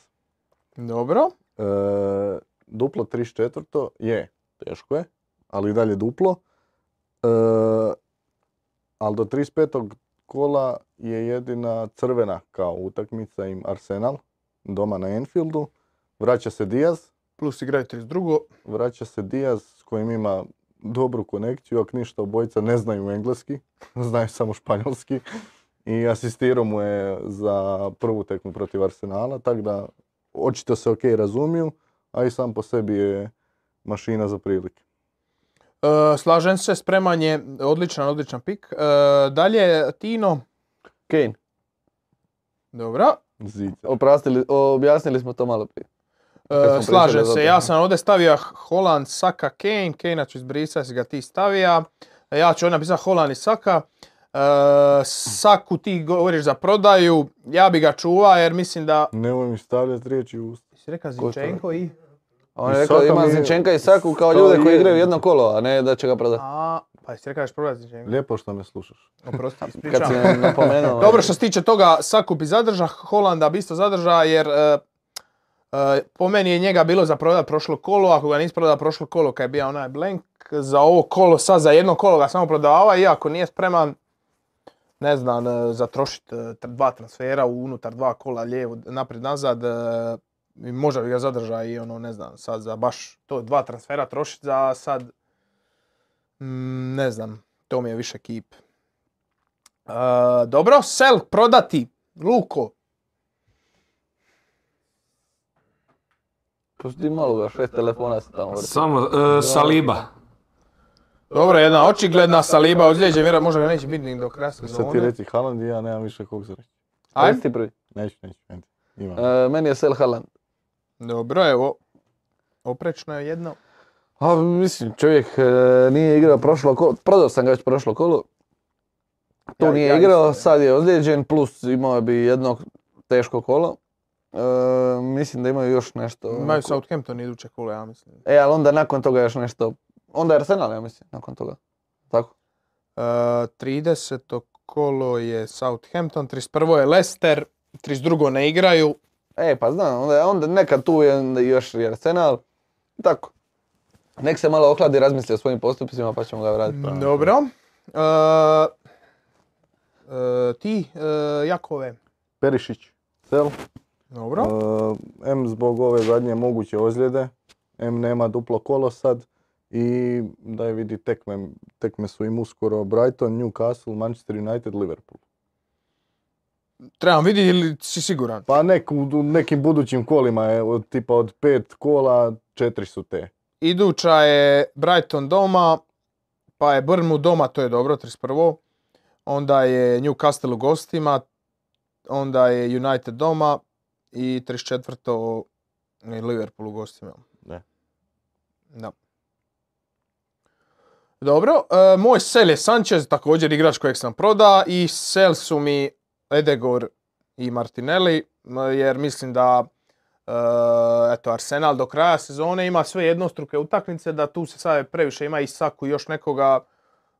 dobro.
E, duplo 34. je, teško je, ali i dalje duplo. E, ali do 35. kola je jedina crvena kao utakmica im Arsenal, doma na Enfieldu. Vraća se Diaz,
Plus igraju 32.
vraća se Diaz s kojim ima dobru konekciju, ako ništa obojica ne znaju engleski, znaju samo španjolski. I asistirao mu je za prvu tekmu protiv Arsenala, tako da očito se ok razumiju, a i sam po sebi je mašina za prilike.
E, slažem se, spreman je odličan, odličan pik. E, dalje, Tino,
Kane,
dobro.
Zid.
oprastili, objasnili smo to malo prije.
E,
Kad smo pričali
slažem
o
se,
tome.
ja sam ovdje stavio Holland, Saka, Kane. Kane ću izbrisati, si ga ti stavija. Ja ću ovdje napisati Holland i Saka. E, Saku ti govoriš za prodaju, ja bi ga čuva jer mislim da...
Nemoj mi stavljati riječi u usta.
Si rekao Zinchenko i...
A On je
I
rekao
Saka
ima
mi je-
Zinčenka i Saku kao
Saka
ljude koji
je-
igraju jedno kolo, a ne da će ga prodati.
A, pa jesi rekao da ćeš prodati Zinchenko?
Lijepo što me slušaš.
Oprosti,
Kad
ispričavam.
si me napomenuo. ono.
Dobro, što se tiče toga, Saku bi zadrža, Holanda bi isto zadrža, jer e, e, po meni je njega bilo za prodat prošlo kolo, ako ga nisi prodao prošlo kolo, kad je bio onaj blank, za ovo kolo, sad za jedno kolo ga samo prodava i ako nije spreman, ne znam, e, za trošit e, tr- dva transfera unutar dva kola, lijevo, naprijed, nazad, e, i možda bi ga zadrža i ono, ne znam, sad za baš to dva transfera trošit za sad, mm, ne znam, to mi je više kip. E, dobro, sel prodati. Luko.
Pusti malo ga, šest telefona se tamo vrti.
Samo e, Saliba.
Dobro, jedna očigledna saliba ozlijeđe, vjerojatno možda ga neće biti ni do kraja
Sad ti
sezone.
reci Haaland i ja nemam više kog za reći.
Ajde.
Reci ti prvi.
Neću, neću. neću. Imam.
E, meni je Sel Haaland.
Dobro, evo. Oprečno je jedno.
A mislim, čovjek e, nije igrao prošlo kolo, prodao sam ga već prošlo kolo. Tu
Ja-
nije
ja
igrao,
isto,
sad je ozlijeđen, plus imao bi jedno teško kolo. E, mislim da imaju još nešto.
Imaju Southampton iduće kolo, ja mislim.
E, ali onda nakon toga još nešto. Onda je Arsenal, ja mislim, nakon toga. Tako.
E, 30. kolo je Southampton, 31. je Leicester, 32. ne igraju.
E, pa znam, onda, onda neka tu je onda još i Arsenal. Tako. Nek se malo ohladi, razmisli o svojim postupcima pa ćemo ga vratiti.
Dobro. E, e, ti, e, Jakove.
Perišić. Sel.
Dobro.
E, M zbog ove zadnje moguće ozljede, M nema duplo kolo sad i da je vidi tekme, tekme su im uskoro Brighton, Newcastle, Manchester United, Liverpool.
Trebam vidjeti ili si siguran.
Pa nek, u u nekim budućim kolima je od, tipa od pet kola četiri su te.
Iduća je Brighton doma, pa je Bournemouth doma, to je dobro, 31. Onda je Newcastle u gostima, onda je United doma i 34. je Liverpool u gostima.
Ne.
Da. Dobro, e, moj sel je Sanchez, također igrač kojeg sam proda i sel su mi Edegor i Martinelli, m, jer mislim da E, eto, Arsenal do kraja sezone ima sve jednostruke utakmice, da tu se sad previše ima i Saku i još nekoga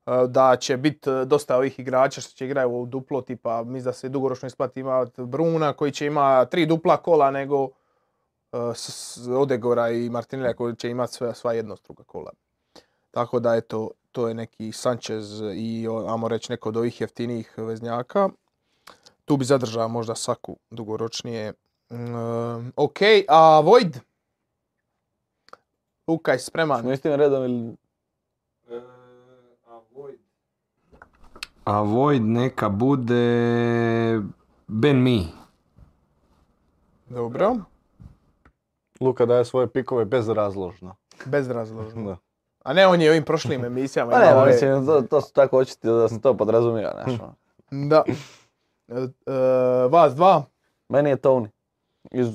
e, da će biti dosta ovih igrača što će igraju u duplo tipa, mislim da se dugoročno isplati imati Bruna koji će ima tri dupla kola nego e, s- s- Odegora i Martinelja koji će imati sve, sva jednostruka kola. Tako da eto, to je neki Sanchez i o, ajmo reći neko od ovih jeftinijih veznjaka. Tu bi zadržao možda Saku e, dugoročnije. Mm, ok, a Void? Luka je spreman.
Smo istim redom ili...
A Void neka bude Ben Mi.
Dobro,
Luka daje svoje pikove bezrazložno.
bezrazložno.
Da.
A ne, on je u ovim prošlim emisijama.
Pa ne,
imao ove-
mislim, to, to su tako očiti da se to podrazumijeva, znaš. ono.
Da. E, e, vas dva.
Meni je Tony. Iz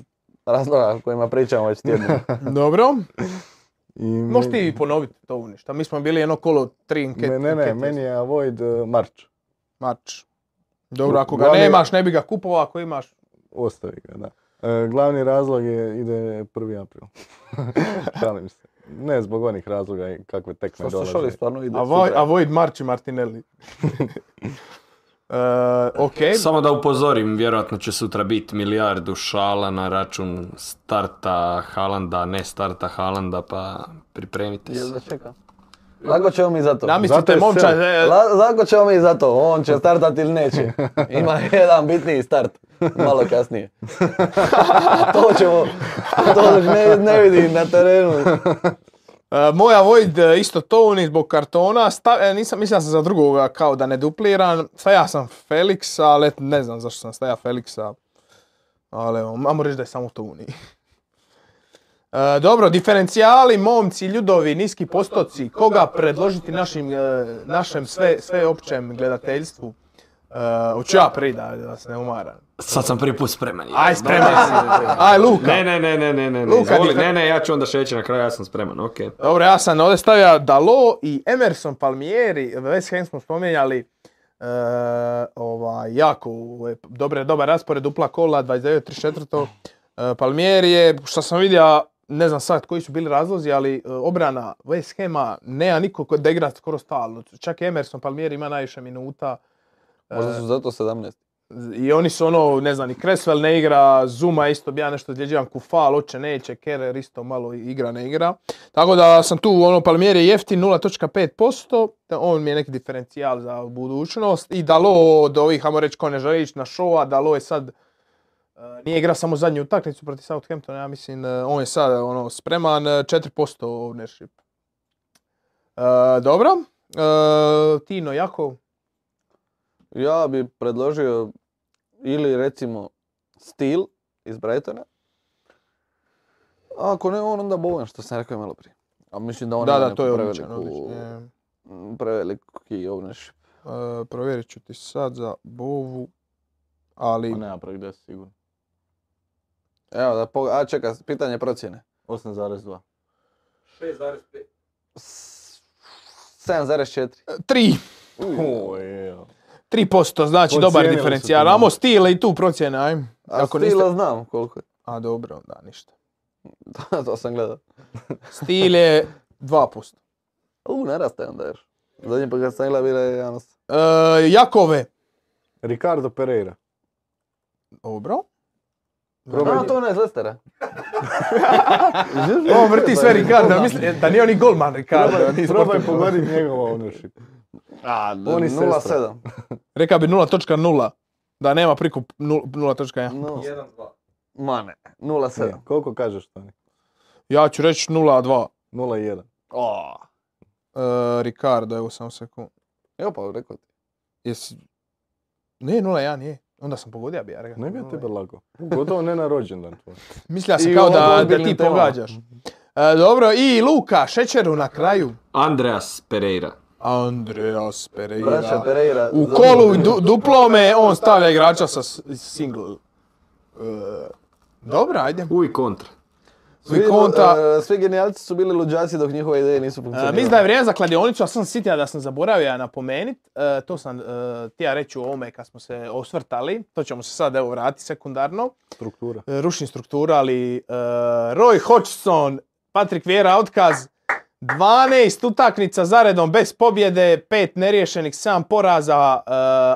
razloga o kojima pričamo već tjedno.
Dobro.
I
Možeš
meni-
ti ponoviti to uništa. Mi smo bili jedno kolo tri anket,
me- ne, ne,
ankete.
meni je Avoid
e,
eh, Marč.
Mač. Dobro, ako ga
Glavni-
nemaš, ne bi ga kupovao, ako imaš...
Ostavi ga, da. E, glavni razlog je, ide 1. april. Šalim se. Ne zbog onih razloga i kakve tekme
Što su šoli
dolaze.
stvarno ide
A vo-
sutra.
Avoid Marči Martinelli. E, ok,
Samo da upozorim, vjerojatno će sutra biti milijardu šala na račun starta Halanda, ne starta Halanda, pa pripremite
Jel
se.
da čekam? Lako ćemo mi za to.
Zato
namislite
je
momčad,
sel-
e,
La- lako ćemo mi za to. On će startat ili neće. Ima jedan bitniji start. Malo kasnije. to ćemo... To ne, ne vidim na terenu.
e, moja Void e, isto to, ni zbog kartona, Sta- e, nisam, mislio sam za drugoga kao da ne dupliram, staja sam Felixa, ali eto, ne znam zašto sam staja Felixa, ali evo, mamo reći da je samo to uni. E, dobro, diferencijali, momci, ljudovi, niski postoci, koga predložiti našim, e, našem sve, sveopćem gledateljstvu? E, Hoću ja prvi da, da se ne umaram.
Sad sam prvi put spreman.
Aj, spreman si. Aj, Luka.
Ne, ne, ne, ne, ne, ne, ne,
Luka,
izvoli.
difer-
ne, ne, ja ću onda šeći na kraju, ja sam spreman, ok.
Dobro, ja sam ovdje stavio Dalo i Emerson Palmieri. West Ham smo spominjali. E, ovaj, jako ovaj, dobre, dobar raspored, dupla kola, 29-34. E, Palmieri je, što sam vidio, ne znam sad koji su bili razlozi, ali e, obrana West Hema nema niko ko da igra skoro stalno. Čak i Emerson Palmieri ima najviše minuta. E,
Možda su zato 17.
i oni su ono, ne znam, i Creswell ne igra, Zuma isto bi ja nešto izljeđivan, Kufal, oće neće, Kerer isto malo igra, ne igra. Tako da sam tu, ono, Palmieri je jeftin, 0.5%, da on mi je neki diferencijal za budućnost. I Dalo od ovih, ajmo reći, ko ne želi ići na showa, Dalo je sad, e, nije igra samo zadnju utakmicu protiv Southamptona, ja mislim, e, on je sad ono, spreman, e, 4% ownership. E, dobro, E, Tino, Jakov,
Ja bi predložio ili recimo Stil iz Brightona. A ako ne on, onda Bowen, što sam rekao i malo prije. A mislim da on
da,
ima
da,
neku
to je odličan,
preveliku,
odličan. je.
m, preveliki ownership.
E, provjerit ću ti sad za bovu, ali
On nema prvih 10 sigurno.
Evo da pogled- a čeka, pitanje procjene.
8,2.
6,5.
S- 7,4.
e, tri,
O, jeo.
3%, znači dobar
Podcijenili su
diferencijal.
te malo.
Amo stila i tu procjena, ajme.
A
Ako
Stila
niste-
znam koliko je.
A dobro, da, ništa.
Da, to sam gledao.
Stil je 2%.
U, narastaje onda još. Zadnji put kad sam gledao bila je Janos.
E, Jakove,
Ricardo Pereira.
dobro.
A, to ona iz Lestera.
On vrti sve Ricardo, misli da nije oni golman Ricardo.
Probaj, probaj pogoditi njegova ownership.
A, d-
On i sestra.
0,7.
Reka bi 0.0, da nema prikup nul- 0.1.
No,
1,2.
ma ne, 0,7.
Ne, Koliko kažeš Toni?
Ja ću reći 0.2.
0,1.
O,
E, Ricardo, evo samo sekund.
evo pa rekao ti.
Jesi... Ne, 0.1 je. Onda sam pogodio bi ja rekao.
Ne bi ja
0,1.
tebe lago. Gotovo ne na rođendan tvoj.
Mislila sam
I
kao
ovo
da, da
ozbiljnim
ti
temama.
pogađaš. E, dobro, i Luka, šećeru na kraju.
Andreas Pereira.
Andreas
Braća
Pereira.
Pereira.
U
za-
kolu du- duplome on stavlja igrača sa s- single. E, dobro, ajde.
U i kontra.
Svi konta.
e, svi genijalci su bili luđaci dok njihove ideje nisu
E,
funkcionirale.
mislim da je vrijeme za kladionicu, a sam sitija da sam zaboravio napomenit. E, to sam e, tija reći u ovome kad smo se osvrtali. To ćemo se sad evo vratiti sekundarno.
Struktura.
E, rušnim struktura, ali e, Roy Hodgson, Patrick Vieira otkaz, 12 utakmica zaredom bez pobjede, 5 neriješenih, 7 poraza, e,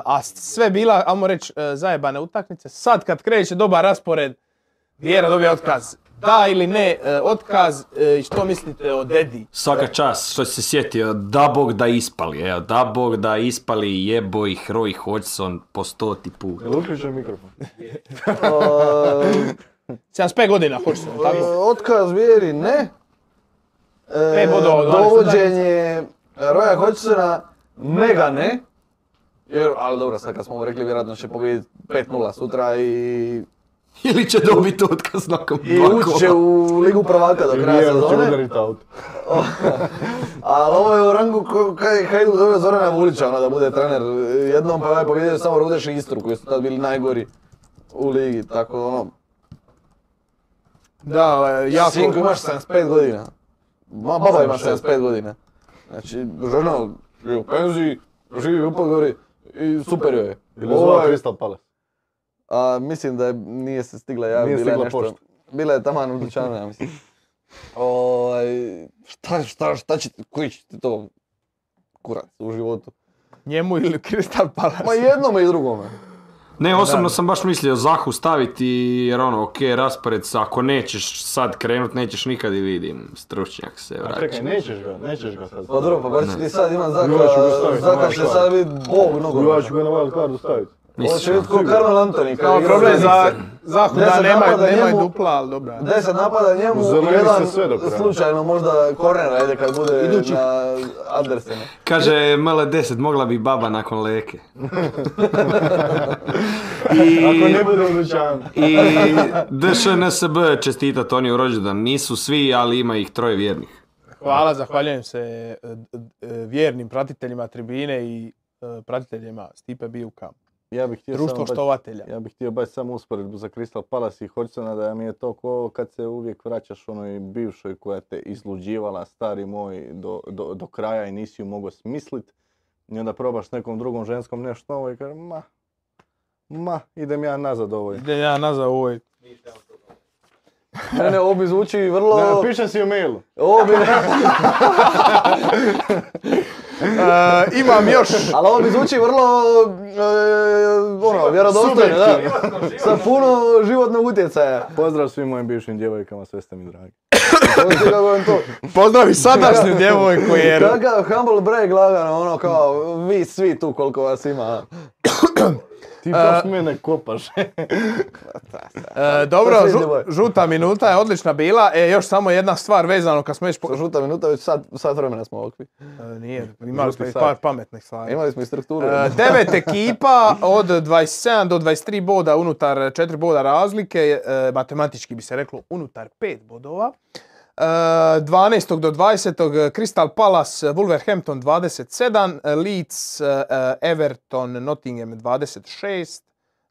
a sve bila, ajmo reći, e, zajebane utakmice. Sad kad kreće dobar raspored, Vjera dobija otkaz. Da ili ne, e, otkaz, e, i što mislite o Dedi?
Svaka čast što si se sjetio, da bog da ispali, evo, da bog da ispali jebo ih Roy Hodgson po stoti put.
Jel uključen mikrofon?
O,
75 godina Hodgson,
e,
tako?
Otkaz vjeri, ne.
Pet bodova, 12,
E, dovođenje Roja Hodgsona mega ne. Jer, ali dobro, sad kad smo mu rekli, vjerojatno će pobijediti 5-0 sutra i,
Ili će dobiti otkaz nakon
i
dva
ući će
kola.
u Ligu prvaka do kraja
Vjerojatno će
sezone.
udarit auto.
Ali ovo je u rangu ko- kaj je Hajduk doveo Zorana Vulića, ono da bude trener. Jednom pa je pobijedio samo Rudeš i Istru koji su tad bili najgori u ligi, tako ono,
Da, e,
Ja
jako...
Sinko imaš 75 godina. Ma baba ima 75 godina. Znači, žena je u penziji, živi u Podgori i super joj je.
Ili zvao
Ovaj,
Crystal Palace.
a, mislim da je, nije se stigla ja,
Nije
bila je
stigla
nešto.
pošta.
Bila je taman u dućanu, ja mislim. Ovaj, šta, šta, šta će, ti- koji će ti to kurac u životu?
Njemu ili Crystal Palace.
Ma i jednome i drugome.
Ne, osobno sam baš mislio Zahu staviti jer ono, ok, raspored, sa- ako nećeš sad krenut, nećećeš nikad i vidim, stručnjak se
A
vraća.
čekaj, nećeš ga, nećeš ga sad.
Pa dobro, pa baš ti sad imam zaka,
Juvaj ću ga staviti,
zaka
nema
će
šta.
sad biti bog
Ja
nogom.
ću ga na wildcardu staviti.
Ovo će biti ko
sigurno.
Karmel Antoni. kad
Kao
igra
problem
za
za
Nice.
Zahu
Ne
da
znam,
nema,
napada
nema
njemu-
dupla, ali dobra. je.
10 napada njemu,
Zeleni
jedan
se sve do kraja.
slučajno možda kornera ide kad bude
Idući.
na Andersena.
Kaže, mala 10, mogla bi baba nakon leke.
Ako ne bude u dućanu.
I DŠNSB čestitat, oni u rođendan nisu svi, ali ima ih troje vjernih.
Hvala, zahvaljujem se e, e, e, vjernim pratiteljima tribine i e, pratiteljima Stipe Bijuka,
Ja bih htio
društvo
samo baš-
štovatelja.
Ja bih htio baš samo usporedbu za Crystal Palace i Hodgsona da mi je to ko kad se uvijek vraćaš onoj bivšoj koja te izluđivala, stari moj, do, do, do kraja i nisi ju mogao smislit. I onda probaš s nekom drugom ženskom nešto novo i kažeš ma, ma, idem ja nazad ovoj.
Idem ja nazad u ovoj. E,
Ne, ne, ovo mi zvuči vrlo...
Ne, napišem si u mailu.
Ovo mi,
E, imam još,
ali ovo mi zvuči vrlo, e, ono, vjerodostojno, da. Sa puno životnog utjecaja.
Pozdrav svim mojim bivšim djevojkama, sve ste mi dragi.
Ovo ti kako vam to.
pozdravi sadašnju djevojku jer
Kakav humble brag lagano, ono kao, vi svi tu koliko vas ima.
Ti baš mene kopaš.
E, dobro,
svi
žu-
djevoj.
žuta minuta je odlična bila. E, još samo jedna stvar vezano kad smo već... po-
Sa Žuta minuta, već sat, sat vremena smo ovakvi.
E, nije, imali smo i
sat.
par pametnih stvari.
Imali smo i strukturu.
E, Devet ekipa od 27 do 23 boda unutar 4 boda razlike, e, matematički bi se reklo unutar 5 bodova. E, 12. do 20. Crystal Palace, Wolverhampton 27, Leeds, e, e, Everton, Nottingham 26,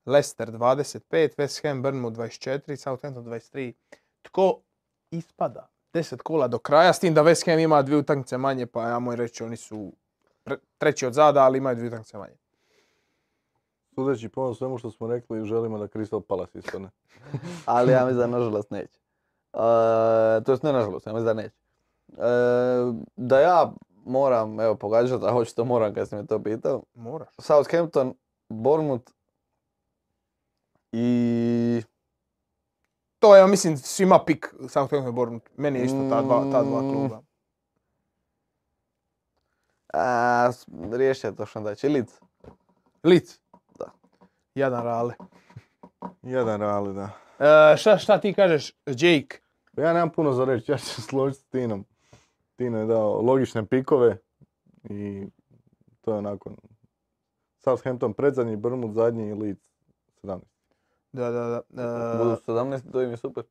Leicester 25, West Ham, Burnmouth 24, Southampton 23. Tko ispada? 10 kola do kraja, s tim da West Ham ima dvije utakmice manje, pa ja moj reći oni su pre- treći od zada, ali imaju dvije utakmice manje.
Sudeći po onom svemu što smo rekli, želimo da Crystal Palace ispadne.
ali ja mislim da nažalost neće. E, to jest ne nažalost, ja mislim da neće. E, da ja moram, evo pogađati, a hoću to moram kad si me to pitao.
Moraš.
Southampton, Bournemouth i...
To je, mislim, svima pik Southampton i Bournemouth. Meni je isto ta dva, ta dva
Mm.
kluba.
A, s- riješio je to što da će Leeds.
Leeds.
Da.
Jadan rale.
Jedan rali, da.
E, šta, šta ti kažeš, Jake?
Pa Ja nemam puno za reći, ja ću se složiti s Tinom. Tino je dao logične pikove i to je onako Southampton predzadnji, Bournemouth zadnji i Leeds 17.
Da, da, da. E,
Budu 17, to im je super.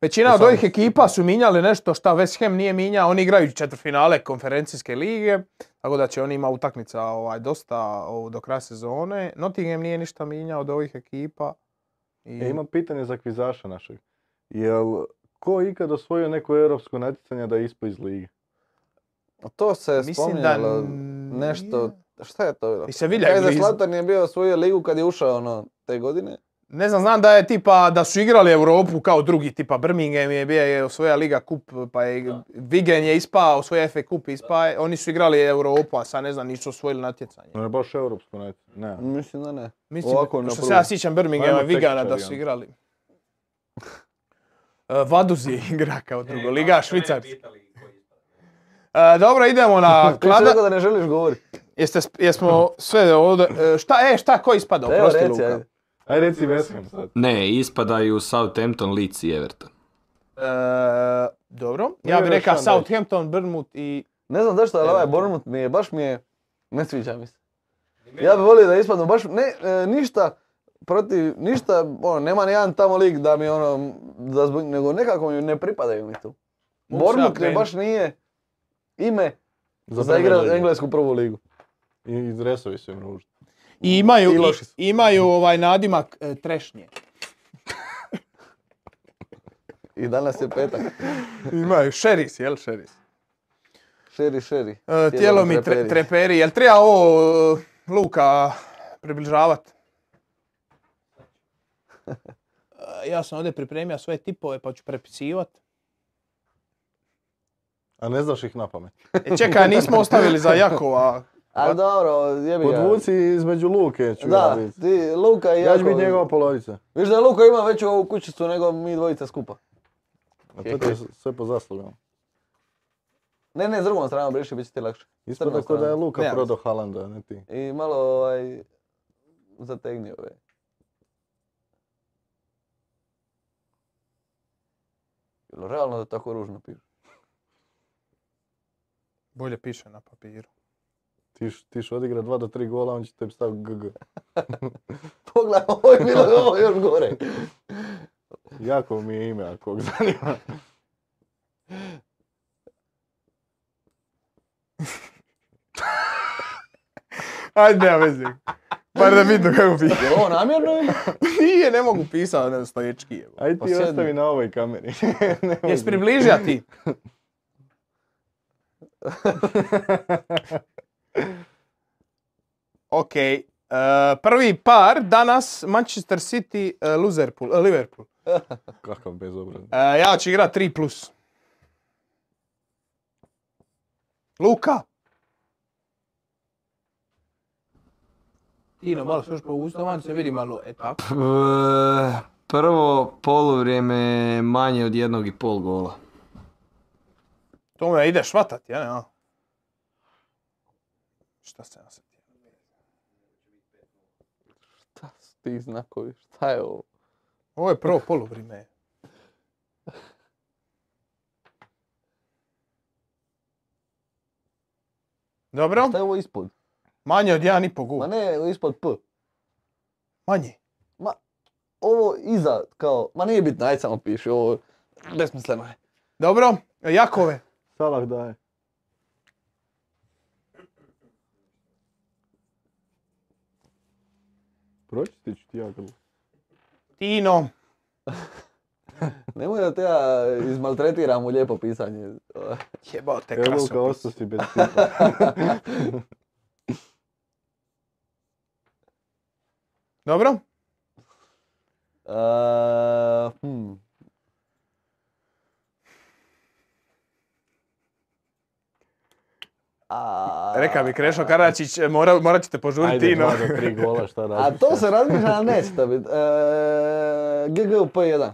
većina od ovih ekipa su minjali nešto šta West Ham nije minjao. Oni igraju četvrfinale konferencijske lige, tako da će oni ima utakmica ovaj, dosta ovo, do kraja sezone. Nottingham nije ništa minjao od ovih ekipa. I...
E, imam pitanje za kvizaša našeg. Jel ko je ikad osvojio neko europsko natjecanje da je ispao iz lige?
A To se je
Mislim da
spominjalo
n-
nešto...
nije.
Šta je to bilo?
I Sevilla je
Kaj za
blizu.
Zlatan je bio svoju ligu kad je ušao ono, te godine.
Ne znam, znam da je tipa, da su igrali Europu kao drugi, tipa Birmingham je bio je osvoja Liga kup, pa je Vigen je ispao, osvoja FA kup ispao, je. oni su igrali Europu, a sad ne znam, nisu osvojili natjecanje.
No je baš europsko natjecanje. Ne.
Mislim da ne.
Mislim,
Ovako na
što se
prvu.
ja sjećam Birminghama i
Ajmo
Vigana
tehničari,
da su
ono.
igrali. E, Vaduz je igra kao drugo, Liga Švicarska. E, dobro, idemo na
Ti si
klada.
rekao da ne želiš govoriti.
Jeste, sp- jesmo sve ovdje, e, šta, e, šta, ko ispada?
Evo
Oprosti,
reci,
Luka.
ajde.
Aj reci West Ham sad.
E, Ne, ispadaju Southampton, Leeds i Everton.
E, Dobro.
Ne
Ja bih
vjerujem
rekao
šta da je.
Southampton, Brmut i...
Ne znam zašto, ali ovaj
Everton.
Bournemouth mi je, baš mi je, ne sviđa mi se. Ja bih volio da ispadnu baš, ne, e, ništa protiv, ništa, ono, nema ni jedan tamo lik da mi ono, da zbog, nego nekako mi ne pripadaju mi tu.
Mogu
Bournemouth
sad
mi
krenut.
baš nije ime za,
prve
igra-
ligu.
englesku prvu ligu.
I, i dresovi su im ružni.
I imaju,
I loši su.
i- imaju ovaj nadimak e, trešnje.
I danas je petak.
Imaju, šeris, jel šeris?
Šeri, šeri.
E, Tijelo mi tre, treperi. Jel treba ovo e, Luka približavat? E, Ja sam ovdje pripremio svoje tipove pa ću prepisivat.
A ne znaš ih na pamet.
E, čekaj, nismo ostavili za Jakova.
A dobro, jebi ga.
Podvuci između luke ću ja
Da,
biti.
ti, Luka i
Ja ću
Jakov.
biti njegova polovica.
Viš da Luka ima veću ovu kućicu nego mi dvojica skupa.
A to ti je sve po zaslugama.
Ne, ne, s drugom stranom briši, bit će ti lakše.
Ispada
Crna
ko da je
strana.
Luka
Nema
prodao Halanda, ne ti.
I malo ovaj, zategni ove. Jel realno da tako ružno piše?
Bolje piše na papiru.
Tiš, tiš odigra 2 do 3 gola, on će tebi staviti GG.
Pogledaj, ovo je bilo ovo je još gore.
Jako mi je ime, ako kog zanima.
Ajde, ja vezi. Bar da vidim kako piše.
Je ovo namjerno ili?
Nije, ne mogu pisati na stoječki. je.
Aj ti
Pa sjedni.
ostavi na ovoj kameri. Ne
Jesi
mogu.
približija ti? ok. e, prvi par danas Manchester City, e, Luzerpool- e, Liverpool.
Kakav bezobrazan.
E, ja ću igrat 3 plus. Luka. Tino, malo se još pouzdao, van se vidi malo, e tako.
P- Prvo poluvrijeme manje od jednog i pol gola.
To me ideš vatat, ja ne, a? Šta se ja sad?
Šta su ti znakovi? Šta je ovo?
Ovo je prvo poluvrijeme. Dobro,
Šta je ovo ispod?
manje od jedan i po gol.
Ma ne, ispod P.
Manje.
Ovo iza, kao, ma nije bitno, ajde samo piši, ovo besmisleno je.
Dobro, Jakove.
Salah daje. Pročitit ću ti ja grlo.
Tino.
Nemoj da te ja izmaltretiram u lijepo pisanje.
Jebao te
Evo E, Luka,
krasno.
ostao si bez tipa.
Dobro,
Uh, hmm. A,
reka bi Krešo Karačić, e, mora, morat ćete požuriti
Ajde,
Tino.
dva do tri gola, šta
a
radiš?
to se razmišlja, ali neće to biti. E, GG u P1.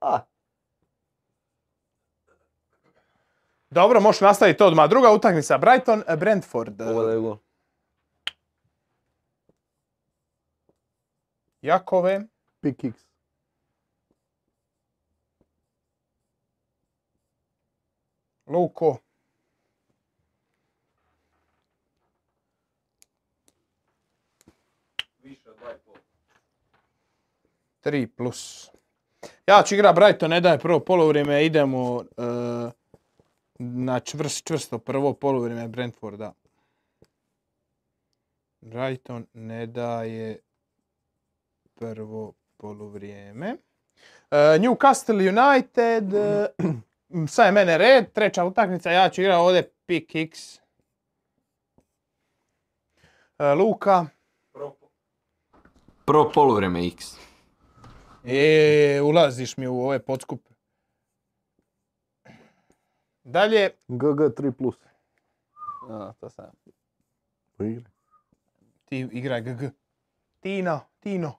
A,
Dobro, možeš nastaviti odmah. Druga utakmica, Brighton, e, Brentford. E,
ovo da je gol.
Jakove.
Pick X.
Luko. Tri plus. Ja ću igrat Brighton, ne daje prvo polovrijeme, idemo e, na čvrst, čvrsto prvo polovrijeme Brentforda. Brighton ne daje prvo polovrijeme. E, Newcastle United, e, Mm, Sad je mene red, treća utakmica, ja ću igrati ovdje pick x. E, Luka.
Prvo poluvrijeme X.
E, ulaziš mi u ove podskupe. Dalje,
GG 3+. plus. Pa
A, to sam.
Poigre.
ti igraj GG. Tina, Tino.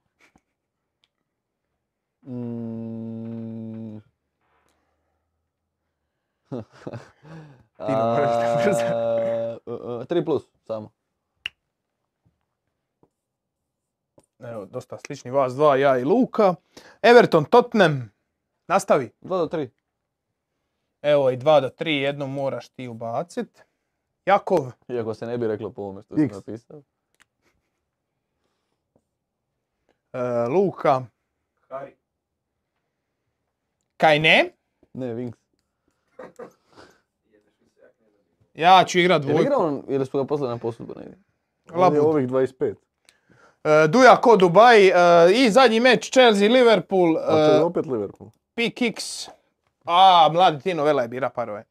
Mm.
Tino, moraš da brzo.
A, e, e, Tri plus samo.
evo, dosta slični vas dva, ja i Luka. Everton, Tottenham, nastavi.
2 do 3.
Evo i 2 do 3, jedno moraš ti ubacit. Jakov,
Iako se ne bi reklo po ovome što sam
X.
napisao.
e, Luka,
Kari.
kaj ne?
Ne, Winx.
Ja ću igrat
Je li
dvojku.
igrao on ili su ga poslali na posudbu negdje?
On je
Laput.
ovih 25.
E, Duja ko Dubaj e, i zadnji meč Chelsea Liverpool
Pa
A to
E,
je
uh,
opet Liverpool.
PKX. A, mladi Tino Vela je bira parove.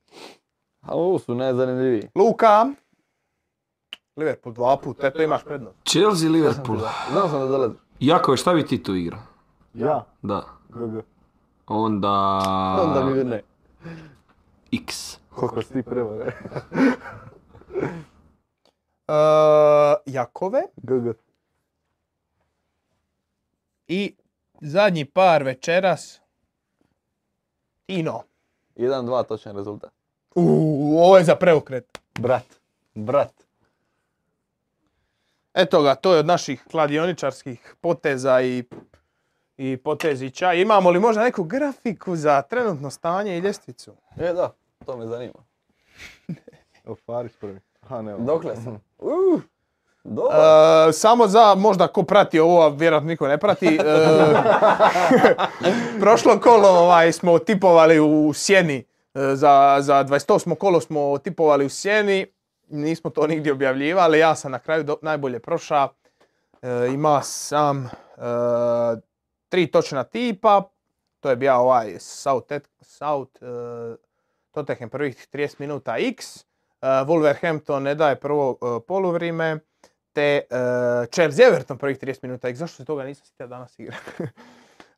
A ovo su najzanimljiviji.
Luka. Liverpool dva put, eto imaš prednost.
Chelsea, Liverpool.
Znao sam da dolazi.
Jako je, šta bi ti tu igrao?
Ja.
Da.
GG.
Onda...
Onda mi ne.
X.
Koliko si ti prevare.
E, Jakove.
GG.
I zadnji par večeras. Tino.
1-2 točan rezultat.
Uuu, ovo je za preokret.
Brat. Brat.
Eto ga, to je od naših kladioničarskih poteza i, i potezića. Imamo li možda neku grafiku za trenutno stanje i ljestvicu?
E da, to me zanima.
Evo Faris prvi. Ha, ne.
Dokle sam? Uh, dobro.
E, samo za, možda ko prati ovo, a vjerojatno niko ne prati. e, prošlo kolo ovaj, smo tipovali u sjeni. e, za, za 28. kolo smo tipovali u sjeni. Nismo to nigdje objavljivali. Ja sam na kraju do- najbolje proša. E, ima sam e, tri točna tipa. To je bio ovaj South, Ed- South e, Tottenham prvih 30 minuta x. E, Wolverhampton ne daje prvo e, poluvrijeme te uh, Chelsea Everton prvih 30 minuta. I zašto se toga nisam sjetio danas igra?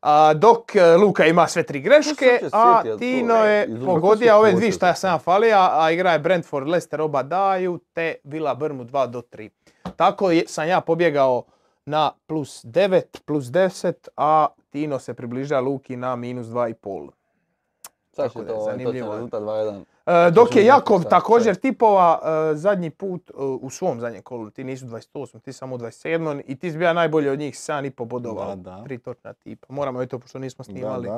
a, dok e, Luka ima sve tri greške,
Nisam se
a
sjetio, to e,
Tino
je
je
iz Luka
pogodio
su
ove
kvote
dvije šta
za
ja sam ja falio, a igra je Brentford, Leicester oba daju, te Villa Brmu 2 do 3. Tako je, sam ja pobjegao na plus 9, plus 10, a Tino se približa Luki na minus 2,5.
Sad
tako
će
da
to
je
ovaj točan
zanimljivo.
rezultat 2-1.
E, dok je
Možemo
Jakov
sad,
također
sad.
tipova e, zadnji put e, u svom zadnjem kolu, ti nisu 28, ti samo 27 i ti si bio najbolji od njih 7,5 bodova,
Da, da.
tri točna tipa. Moramo i to pošto nismo
Da,
snimali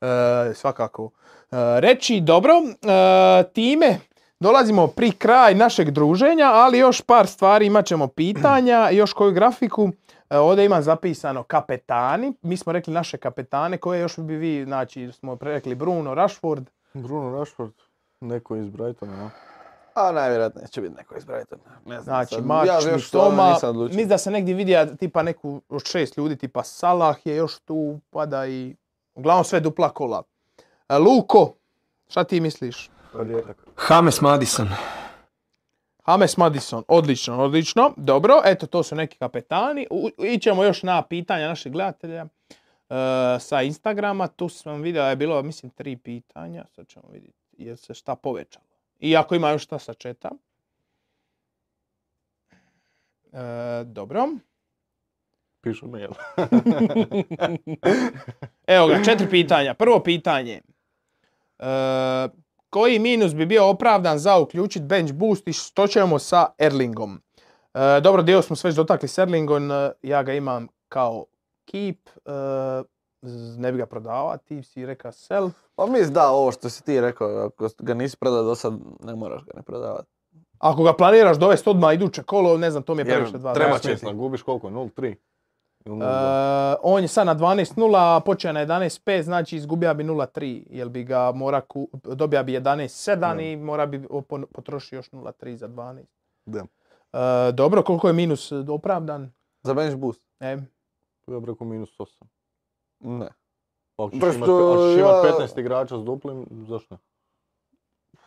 da.
e, svakako e, reći. Dobro, e, time dolazimo pri kraj našeg druženja, ali još par stvari, imat ćemo pitanja, još koju grafiku. E, ovdje imam zapisano kapetani, mi smo rekli naše kapetane, koje još bi vi, znači smo rekli Bruno, Rashford,
Bruno Rashford. Neko iz Brightona. no.
A najvjerojatnije će biti neko iz Brightona. Ne znam
Znači,
sad.
Mač,
ja
ja
još stvarno
Mitoma,
nisam odlučio.
mislim da se negdje vidi tipa neku od šest ljudi, tipa Salah je još tu, pada i uglavnom sve dupla kola. E, Luko, šta ti misliš?
Odjetak.
James Madison.
James Madison, odlično, odlično. Dobro, eto to su neki kapetani. U- Ićemo još na pitanja naših gledatelja e, sa Instagrama. Tu sam vidio da je bilo, mislim, tri pitanja. Sad ćemo vidjeti jer se šta povećalo. I ako ima još šta sa četa. E, dobro.
Pišu mail.
Evo ga, četiri pitanja. Prvo pitanje. E, koji minus bi bio opravdan za uključiti bench boost i što ćemo sa Erlingom? E, dobro, dio smo se već dotakli s Erlingom, e, ja ga imam kao keep, e, z- ne bi ga prodavao, a ti si rekao sell.
Pa mislim da, ovo što si ti rekao, ako ga nisi prodao do sad, ne moraš ga ne prodavati.
Ako ga planiraš dovesti odmah iduće kolo, ne znam, to mi je
Jer
previše dva.
treba
dana.
Nema smisla, gubiš koliko? 0-3. Ili 0-2.
E, on je sad na 12.0, a počeo je na 11.5, znači izgubio bi 0.3, jer bi ga mora ku, dobija bi 11.7 i mora bi opon- potrošio još 0.3 za 12.
Da.
E, dobro, koliko je minus e, opravdan?
Za bench boost?
E,
Tu ja bih rekao minus 8.
Ne.
Pa ako ćeš
Prosto
imat pe- ako ćeš imat
ja-
15 igrača s duplim, zašto ne?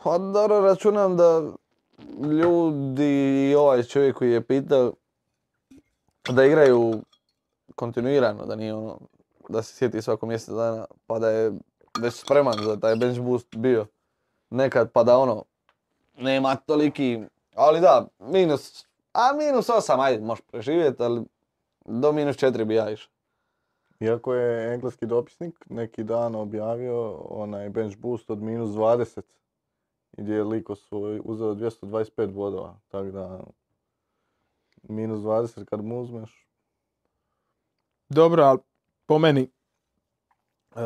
Pa dobro, računam da ljudi i ovaj čovjek koji je pitao da igraju kontinuirano, da nije ono, da se sjeti svako mjesec dana, pa da je već spreman za taj bench boost bio nekad, pa da ono, nema toliki, ali da, minus, a minus 8, ajde, možeš preživjeti, ali do minus 4 bi ja išao.
Iako je engleski dopisnik neki dan objavio onaj bench boost od minus 20, gdje je Liko su uzeo 225 bodova, tako da minus 20 kad mu uzmeš,
dobro, ali po meni e,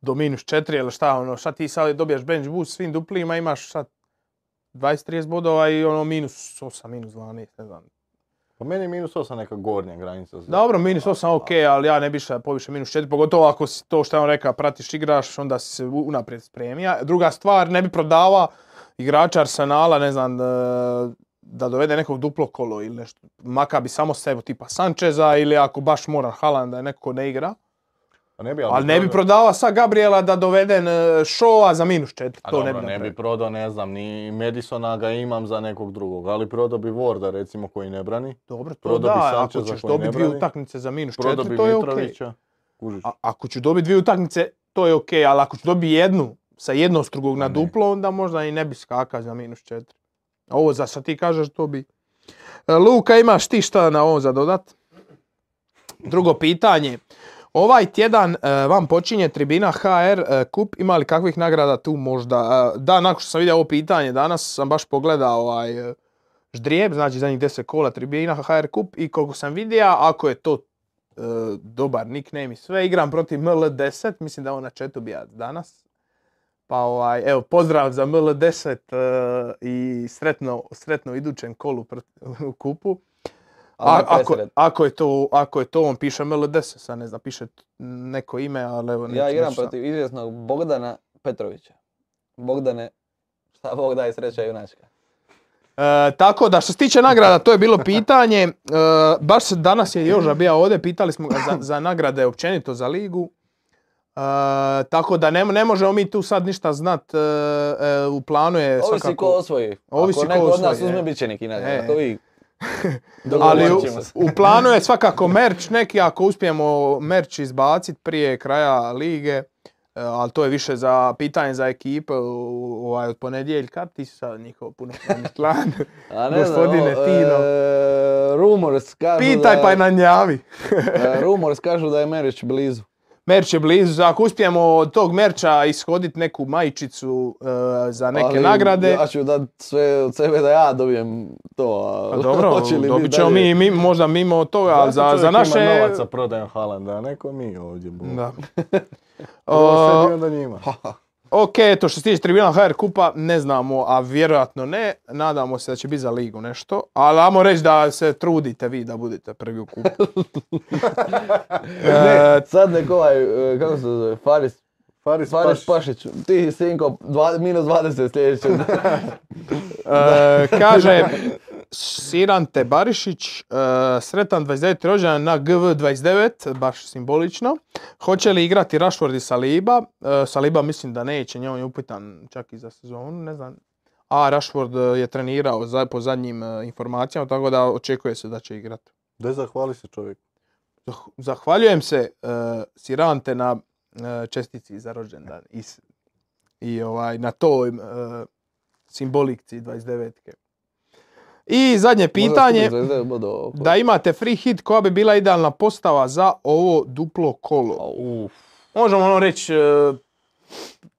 do minus četiri ili šta ono, šta ti sad dobijaš bench boost svim duplima, imaš sad 20-30 bodova i ono minus 8, minus 12, ne znam.
Pa meni je minus 8 neka gornja granica. za-
Dobro, minus 8 ok, ali ja ne bi išao poviše minus 4, pogotovo ako si to što je on rekao, pratiš, igraš, onda si se u- unaprijed spremija. Druga stvar, ne bi prodava igrača Arsenala, ne znam, da, da dovede nekog duplo kolo ili nešto. Maka bi samo sebe, tipa Sančeza ili ako baš mora Haaland da neko ko ne igra.
Pa ne bi,
Ali ne bi
prodao,
prodava sa Gabriela da doveden Šova za minus 4,
A
to
dobro,
ne bi
ne bi
napravio.
prodao, ne znam, ni Madisona ga imam za nekog drugog, ali prodao bi Warda recimo koji ne brani.
Dobro, to
prodao bi
da, ako
Sancheza
ćeš
koji ne
dobiti dvije
brani.
utakmice za minus
Prodao bi
4, to je okej.
Mitrovića. Kužiš.
A, ako ću dobiti dvije utakmice, to je ok, ali ako ću dobiti jednu sa jednostrugog na
Ne.
duplo, onda možda i ne bi skakao za minus četiri. A ovo za sad ti kažeš, to bi... E, Luka, imaš ti šta na ovo za dodat? Drugo pitanje. Ovaj tjedan e, vam počinje tribina HR e, kup, ima li kakvih nagrada tu možda? E, da, nakon što sam vidio ovo pitanje danas, sam baš pogledao ovaj, e, ždrijeb, znači zadnjih 10 kola tribina HR kup i koliko sam vidio, ako je to e, dobar nickname i sve. Igram protiv ML10, mislim da je on na chatu bija danas. Pa ovaj, evo, pozdrav za ML10 e, i sretno, sretno u idućem kolu pr- u kupu. A-
Ali
ako,
presret.
ako, je to, ako je to, on piše ML10, sad ne znam, piše t- neko ime, ali evo neću
Ja igram
neću sam.
protiv izvjesnog Bogdana Petrovića. Bogdane, šta Bog daje sreća junačka.
E, tako da, što se tiče nagrada, to je bilo pitanje. E, baš se danas je Joža bio ovdje, pitali smo ga za, za nagrade općenito za ligu. E, tako da ne, ne možemo mi tu sad ništa znat, e, e, u planu je
Ovisi ko
svakako...
osvoji.
Ovisi
Ako
ko
neko od nas
osvoji,
uzme,
e.
bit će neki nagrada.
E.
Ako vi...
Ali u,
dogovorit ćemo se.
u planu je svakako merch neki, ako uspijemo merch izbacit prije kraja lige, e, ali to je više za pitanje za ekipe u- ovaj, od ponedjeljka, ti si sad njihov punopravni član.
A ne znam, e,
Gospodine
ovo,
Tino.
e, rumors kažu
Pitaj
da,
pa i nam javi.
e, rumors kažu da je Merić blizu.
Merč je blizu, ako uspijemo od tog merča ishoditi neku majčicu e, za neke
Ali
nagrade,
Ja ću dat sve od sebe da ja dobijem to. a
pa dobro,
hoće li bit
dobit ćemo
dalje?
mi, mi možda mimo toga, ali za,
Zato
za
čovjek Ima
naše...
novaca prodajem Haalanda, a neko mi ovdje bu.
Da.
Ovo sebi
ono-
O,
onda njima.
ok, to što se tiče tribina HR kupa, ne znamo, a vjerojatno ne. Nadamo se da će biti za ligu nešto, ali ajmo reći da se trudite vi da budete prvi u kupu. E,
Ne, sad nek ovaj, e, kako se zove, Faris,
Faris
Faris
Pašić.
Pašić, ti sinko, dva, minus 20 sljedeće.
E, kaže Siran Tebarišić, e, sretan 29. rođendan na GV29, baš simbolično. Hoće li igrati Rashford i Saliba? E, Saliba mislim da neće, njemu je upitan čak i za sezonu, ne znam. A Rashford e, je trenirao za, po zadnjim e, informacijama, tako da očekuje se da će igrati.
Daj zahvali se čovjek.
Zah- Zahvaljujem se e, Sirante na e, čestici za rođendan i, s- i ovaj, na toj e, simbolikci 29. I zadnje pitanje, da imate free hit, koja bi bila idealna postava za ovo duplo kolo?
Uf,
Možemo ono reći e,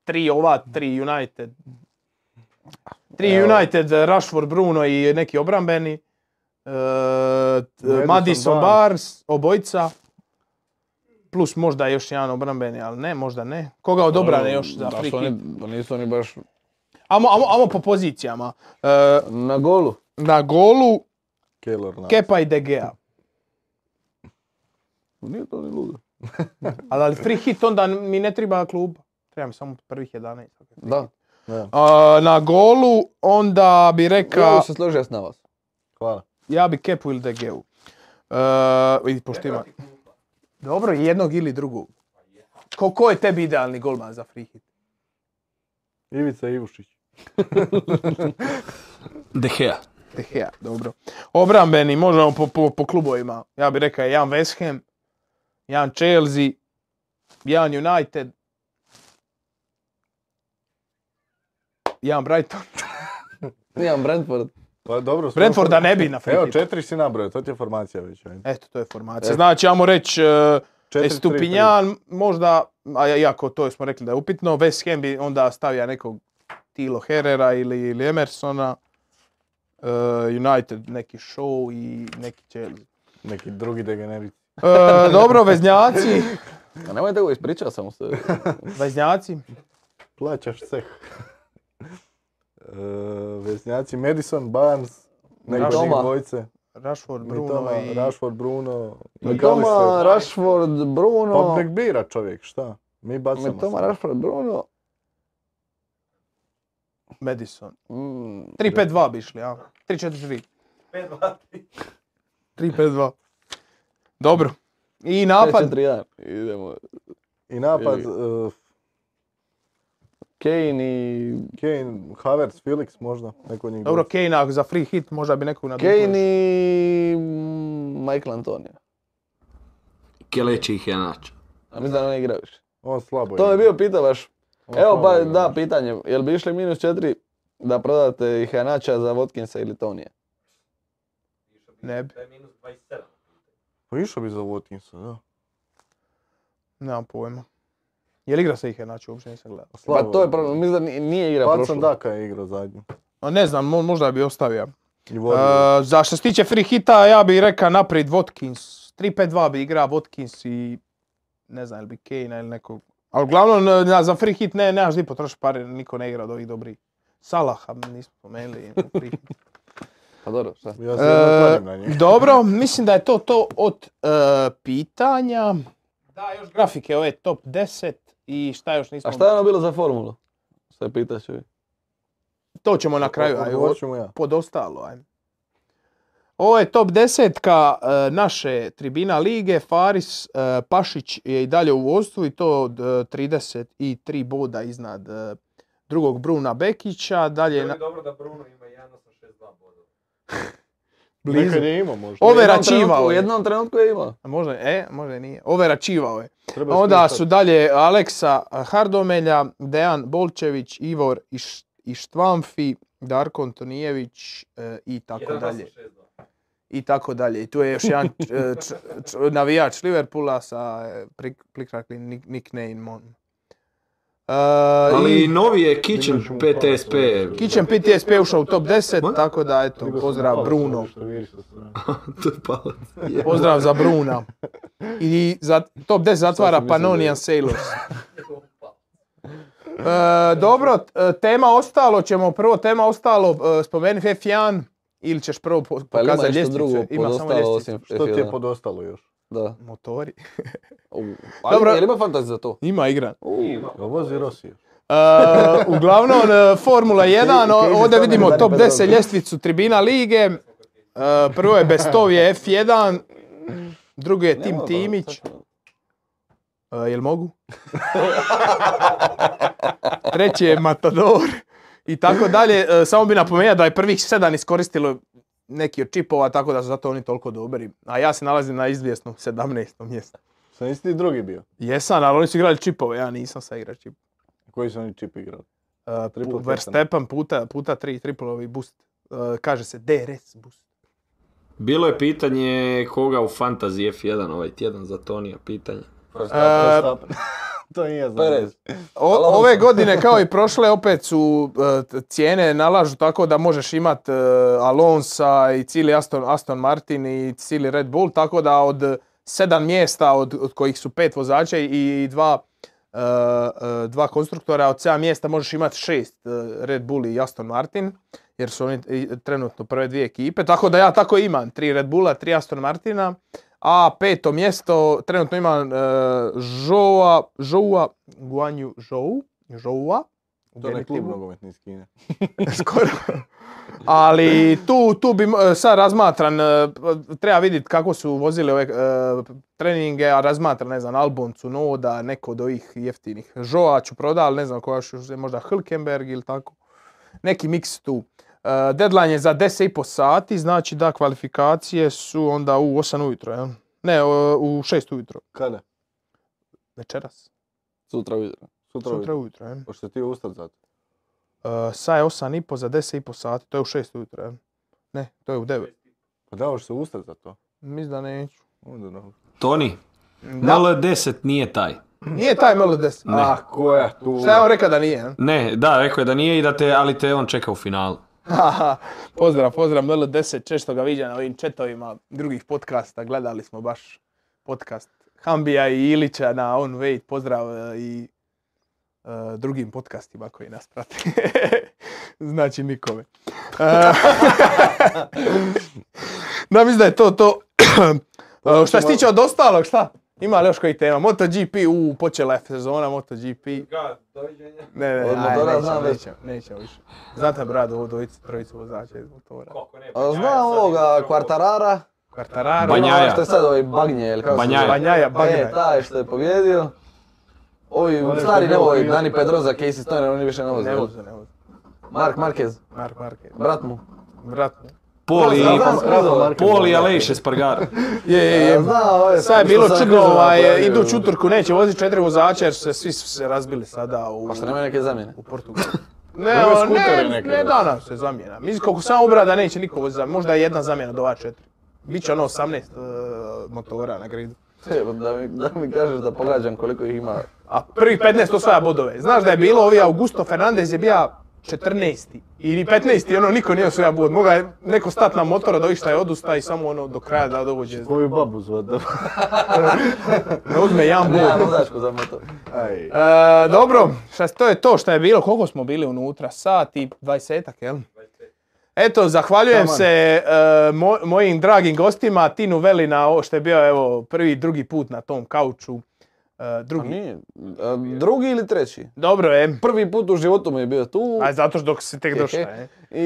tri ova, tri United. Tri
Evo.
United, Rashford, Bruno i neki obrambeni. E, t-
Madison
Madison
Barnes.
Barnes, obojica. Plus možda još jedan obrambeni, ali ne, možda ne. Koga
Pa
odobrane još za free hit?
Nisu oni baš
Amo, amo- amo po pozicijama. E,
na golu.
na golu
Kelor na.
Kepa i De Gea.
Nije to ni ludo.
Ali, ali free hit onda mi ne treba kluba. Treba mi samo prvih 11.
Da,
A, na golu onda bi
ja
rekao,
bi se složio s nama.
Hvala.
ja bi Kepu ili DG-u. E, i pošto ima- Dobro, jednog ili drugog. Ko, ko je tebi idealni golman za free hit?
Ivica Ivušić.
Dehea.
De Gea, dobro. Obrambeni, možemo po, po, po klubovima. Ja bih rekao jedan West Ham, jedan Chelsea, jedan United, jedan Brighton.
Nijem Brentford.
Pa dobro. sve
Brentforda
for-
ne bi na free
Evo
hit.
četiri si nabrojao, to ti je formacija već. ajde.
Eto, to je formacija. Znači, ajmo reći, e,
Četiri, tri,
Stupinjan možda, a iako to smo rekli da je upitno, West Ham bi onda stavio nekog Tilo Herrera ili, ili Emersona, e, United neki show i neki Chelsea.
tri. Neki drugi degenerici.
E, dobro, veznjaci.
A Pa nemojte go ispričati samo se.
Veznjaci.
Plaćaš ceh. E, veznjaci Madison, Barnes, neko od njih
Mitoma.
dvojice.
Rashford, Bruno
Mitoma,
i...
Rashford, Bruno.
Mitoma, Rashford,
Pa
Bruno.
nek bira čovjek, šta? Mi bacamo
Mitoma,
sad.
Rashford, Bruno.
Madison.
Mm,
3-5-2 bi išli, a? 3-4-3.
5-2.
3-5-2. Dobro. I napad.
5-4-1. Idemo.
I napad,
Ili-
e,
Kane i...
Kane, Havertz, Felix možda, neko od njih
Dobro,
dvojice.
Kane ako za free hit možda bi nekog nadupio.
Kane i... mm, Michael Antonio.
Kele će ih je naći.
A mislim da ne igra više.
On slabo
To
igra.
je bio pita baš.
On
Evo,
slabo
ba,
igra.
da, pitanje. Jel bi išli minus četiri da prodate i Hanača za Watkinsa ili Tonija?
Ne bi.
To je minus 27.
Pa išao bi za Watkinsa, da.
Nemam pojma. Je li igra se ih je znači, uopće nisam gledao.
Pa
Slabo
to je
igra.
problem, mislim da ni- nije igra
Pacan
prošla.
Daka je igrao zadnju.
A ne znam, mo- možda bi ostavio.
I vodio.
E, za što se tiče free hita, ja bih rekao naprijed Watkins. 3-5-2 bi igra Watkins i ne znam, ili bi Kane ili nekog. Ali uglavnom, e, na- za free hit ne, nemaš di potrošiti pare, niko ne igra od ovih dobrih. Salaha nismo spomenuli. free hit.
Pa dobro, šta?
Ja se jedno kladim na
E,
njih.
dobro, mislim da je to to od e, pitanja. Da, još grafike ove top 10 i šta još nismo...
A šta je ono bilo za formulu? Se pitaš joj.
To ćemo na kraju, aj, ovo-
Odgovorit ću mu ja.
pod ostalo. ajme. Ovo je top desetka e, naše tribina lige. Faris e, Pašić je i dalje u vodstvu i to od, e, 33 boda iznad e, drugog Bruna Bekića. Dalje
Bilo
je na-
bi dobro da Bruno ima 1,862 bodova.
blizu.
Nekad je imao možda.
Ove
jednom trenutku-
račivao
U
je.
jednom trenutku je imao.
A
Pa
Možda, e, možda i nije. Ove račivao je.
Treba
Onda
ispisat.
su dalje Aleksa e, Hardomelja, Dejan Bolčević, Ivor Iš- Ištvanfi, Darko Antonijević e, i tako dalje.
1,862.
i tako dalje. I tu je još jedan č- č- č- navijač Liverpoola sa e, pri- prikraklim nik- nickname-om. E,
Ali
i
novi je Kitchen PTSP.
Kitchen PTSP je ušao u top 10, tako da eto,
Nego sam
pozdrav
palac,
Bruno.
ovo što vidiš sa strane.
to je palac.
Pozdrav za Bruna. I za, top 10 zatvara
mislio da je?
Pannonian Sailors. E, dobro, t- e, tema ostalo ćemo, prvo tema ostalo, e, spomeni F1 ili ćeš prvo po-
Pa ili ima
pokazati
nešto
ljestvicu.
drugo
Ima samo
podostalo
ljestvicu.
osim
Što ti je
F1?
podostalo još?
Da.
Motori.
U,
Dobro.
Ali, jel ima fantasy za to?
Ima igran.
Jel vozi Rosiju?
E, uglavnom, e, Formula 1,
Kej- Kej
o- ovdje
za
vidimo
tome
top
dalje
10 ljestvicu tribina lige. E, Prvo je Bestovje F1, drugi je Tim
Nema, pa,
Timić.
sad ćemo-
E, Jel mogu? Treći je Matador i tako dalje. E, Samo bi napomenuo da je prvih sedam iskoristilo neki od čipova, tako da su zato oni toliko dobri. A ja se nalazim na izvjesnom 17. mjestu.
Sam nisi ti drugi bio?
Jesam, ali oni su igrali čipove, ja nisam sa igra čip.
Koji su oni čip igrali?
Uh,
Triple
pu-
Titan.
Verstappen puta, puta tri, triplovi boost. Uh, kaže se DRS boost.
Bilo je pitanje koga u Fantasy F1 ovaj tjedan za Tonija pitanje.
E,
Verstappen. E, to nije
Perez.
znači.
O- ove godine kao i prošle opet su uh, t- cijene nalažu tako da možeš imat uh, Alonsa i cijeli Aston, Aston Martin i cijeli Red Bull tako da od uh, sedam mjesta od, od kojih su pet vozača i dva uh, uh, dva konstruktora od sedam mjesta možeš imati šest uh, Red Bull i Aston Martin jer su oni i- trenutno prve dvije ekipe tako da ja tako imam tri Red Bulla, tri Aston Martina a peto mjesto trenutno ima uh, Joa, Joa, Guanju Joa, Joa, u
To je klub
genitivu.
nogometni iz Kine.
Skoro. Ali tu, tu bi mo- sad razmatran, e, treba vidjeti kako su vozili ove e, treninge, a razmatran, ne znam, Albon, Cunoda, neko od ovih jeftinih. Žoa ću proda, ali ne znam koja još, možda Hülkenberg ili tako. Neki miks tu. E, Deadline je za 10,5 sati, znači da kvalifikacije su onda u 8 ujutro, jel? Ne, o, u 6 ujutro.
Kada?
Večeras.
Sutra ujutro.
Sutra.
Sutra
ujutro.
ujutro, jel?
Hoćeš ti ustat za to?
E, Sa je 8,5 za 10,5 sati, to je u 6 ujutro, jel? Ne, to je u 9.
Pa da, hoćeš se ustat za to.
Mislim da neću.
Onda no.
Toni, ML10 nije taj.
Nije taj Melodes. Ah,
koja tu?
šta je on rekao da nije? a?
Ne, da, rekao je da nije i da te, ali te on čeka u finalu.
Haha, pozdrav, pozdrav Melo 10, često ga viđa na ovim četovima drugih podcasta, gledali smo baš podcast Hambija i Ilića na On Wait. Pozdrav e, i e, drugim podcastima koji nas prate. znači nikome. E, da, mislim da je to to. E, šta se tiče od ostalog, šta? Ima li još koji tema? MotoGP, u, počela je sezona MotoGP.
Ga, doviđenja.
Ne, ne, aj,
Od motora
nećemo,
znam već.
nećemo, nećemo više. Znate, brad, ovo dvojica, trojica vozača iz motora.
Koliko ne,
A,
Banjaja
Znam
sad
ovoga
igra.
Quartarara.
Kvartararo,
Banjaja.
Ono što je sad ovaj Bagnje, ili kako se
Banjaja.
zove?
Banjaja,
E,
Bagna.
taj što je pobjedio. Ovi
Ono je
stari
pobjedio,
nevoj,
pobjedio.
Dani Pedroza, Casey Stoner, oni više ne voze.
Ne
jel?
voze, ne voze.
Mark Marquez,
Mark Marquez,
brat mu.
brat. mu.
Poli,
Znam, znam, skrizova.
Poli Aleš Espargar.
Je, je, je.
Zna, ovaj,
Sad je
što
E, bilo
sam pa-
čudno,
Kruzova
ovaj,
napravio.
iduću utorku neće voziti četiri vozača jer su se svi su se razbili sada u,
Pa što nema neke zamjene.
u Portugalu. Ne, o,
skutere
ne,
neke,
ne
da.
da nam se zamjena. Mislim, koliko sam obrada neće niko voziti zamjena. Možda je jedna zamjena do ova četiri. Biće ono 18 e, motora na gridu.
Evo, Da mi, da mi kažeš da pogađam koliko ih ima.
A prvih 15 osvaja bodove. Znaš da je bilo ovi Augusto Fernandez je bio 14. ili 15. ono niko nije osvaja bod. Moga je neko stat na motora da šta je odusta i samo ono do kraja da dođe.
Koju babu zvat da...
Ne uzme jedan
Nema
bod.
vozačku za motor.
Aj.
E, dobro, šta, to je to što je bilo. Koliko smo bili unutra? Sat i dvajsetak, jel? Eto, zahvaljujem
Taman.
se e, mo- mojim dragim gostima, Tinu Veli na ovo što je bio evo, prvi i drugi put na tom kauču. E,
Pa
drugi.
nije. A, Drugi ili treći?
Dobro je,
Prvi put u životu mi je bio tu
a zato što dok si tek e. došla. je.
i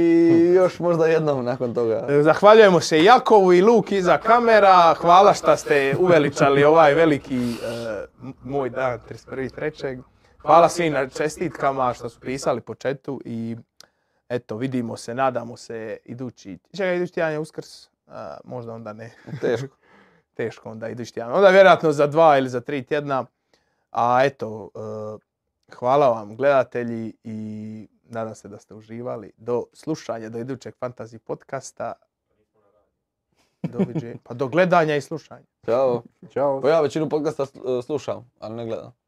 još možda jednom nakon toga.
E, Zahvaljujemo se Jakovu i Luki iza kamera. Hvala što ste uveličali ovaj veliki e, m- moj dan 31.3. Hvala svim na čestitkama što su pisali po četu i eto, vidimo se, nadamo se idući. Čekaj, idući tjedan je uskrs? A, možda onda ne
Teško.
teško onda idući tjedan. Onda vjerojatno za dva ili za tri tjedna. A eto, e, hvala vam gledatelji i nadam se da ste uživali. Do slušanja, do idućeg fantasy podcasta. Doviđenja. Pa do gledanja i slušanja.
Ćao.
Ćao.
Pa ja većinu podcasta sl- slušam, ali ne gledam.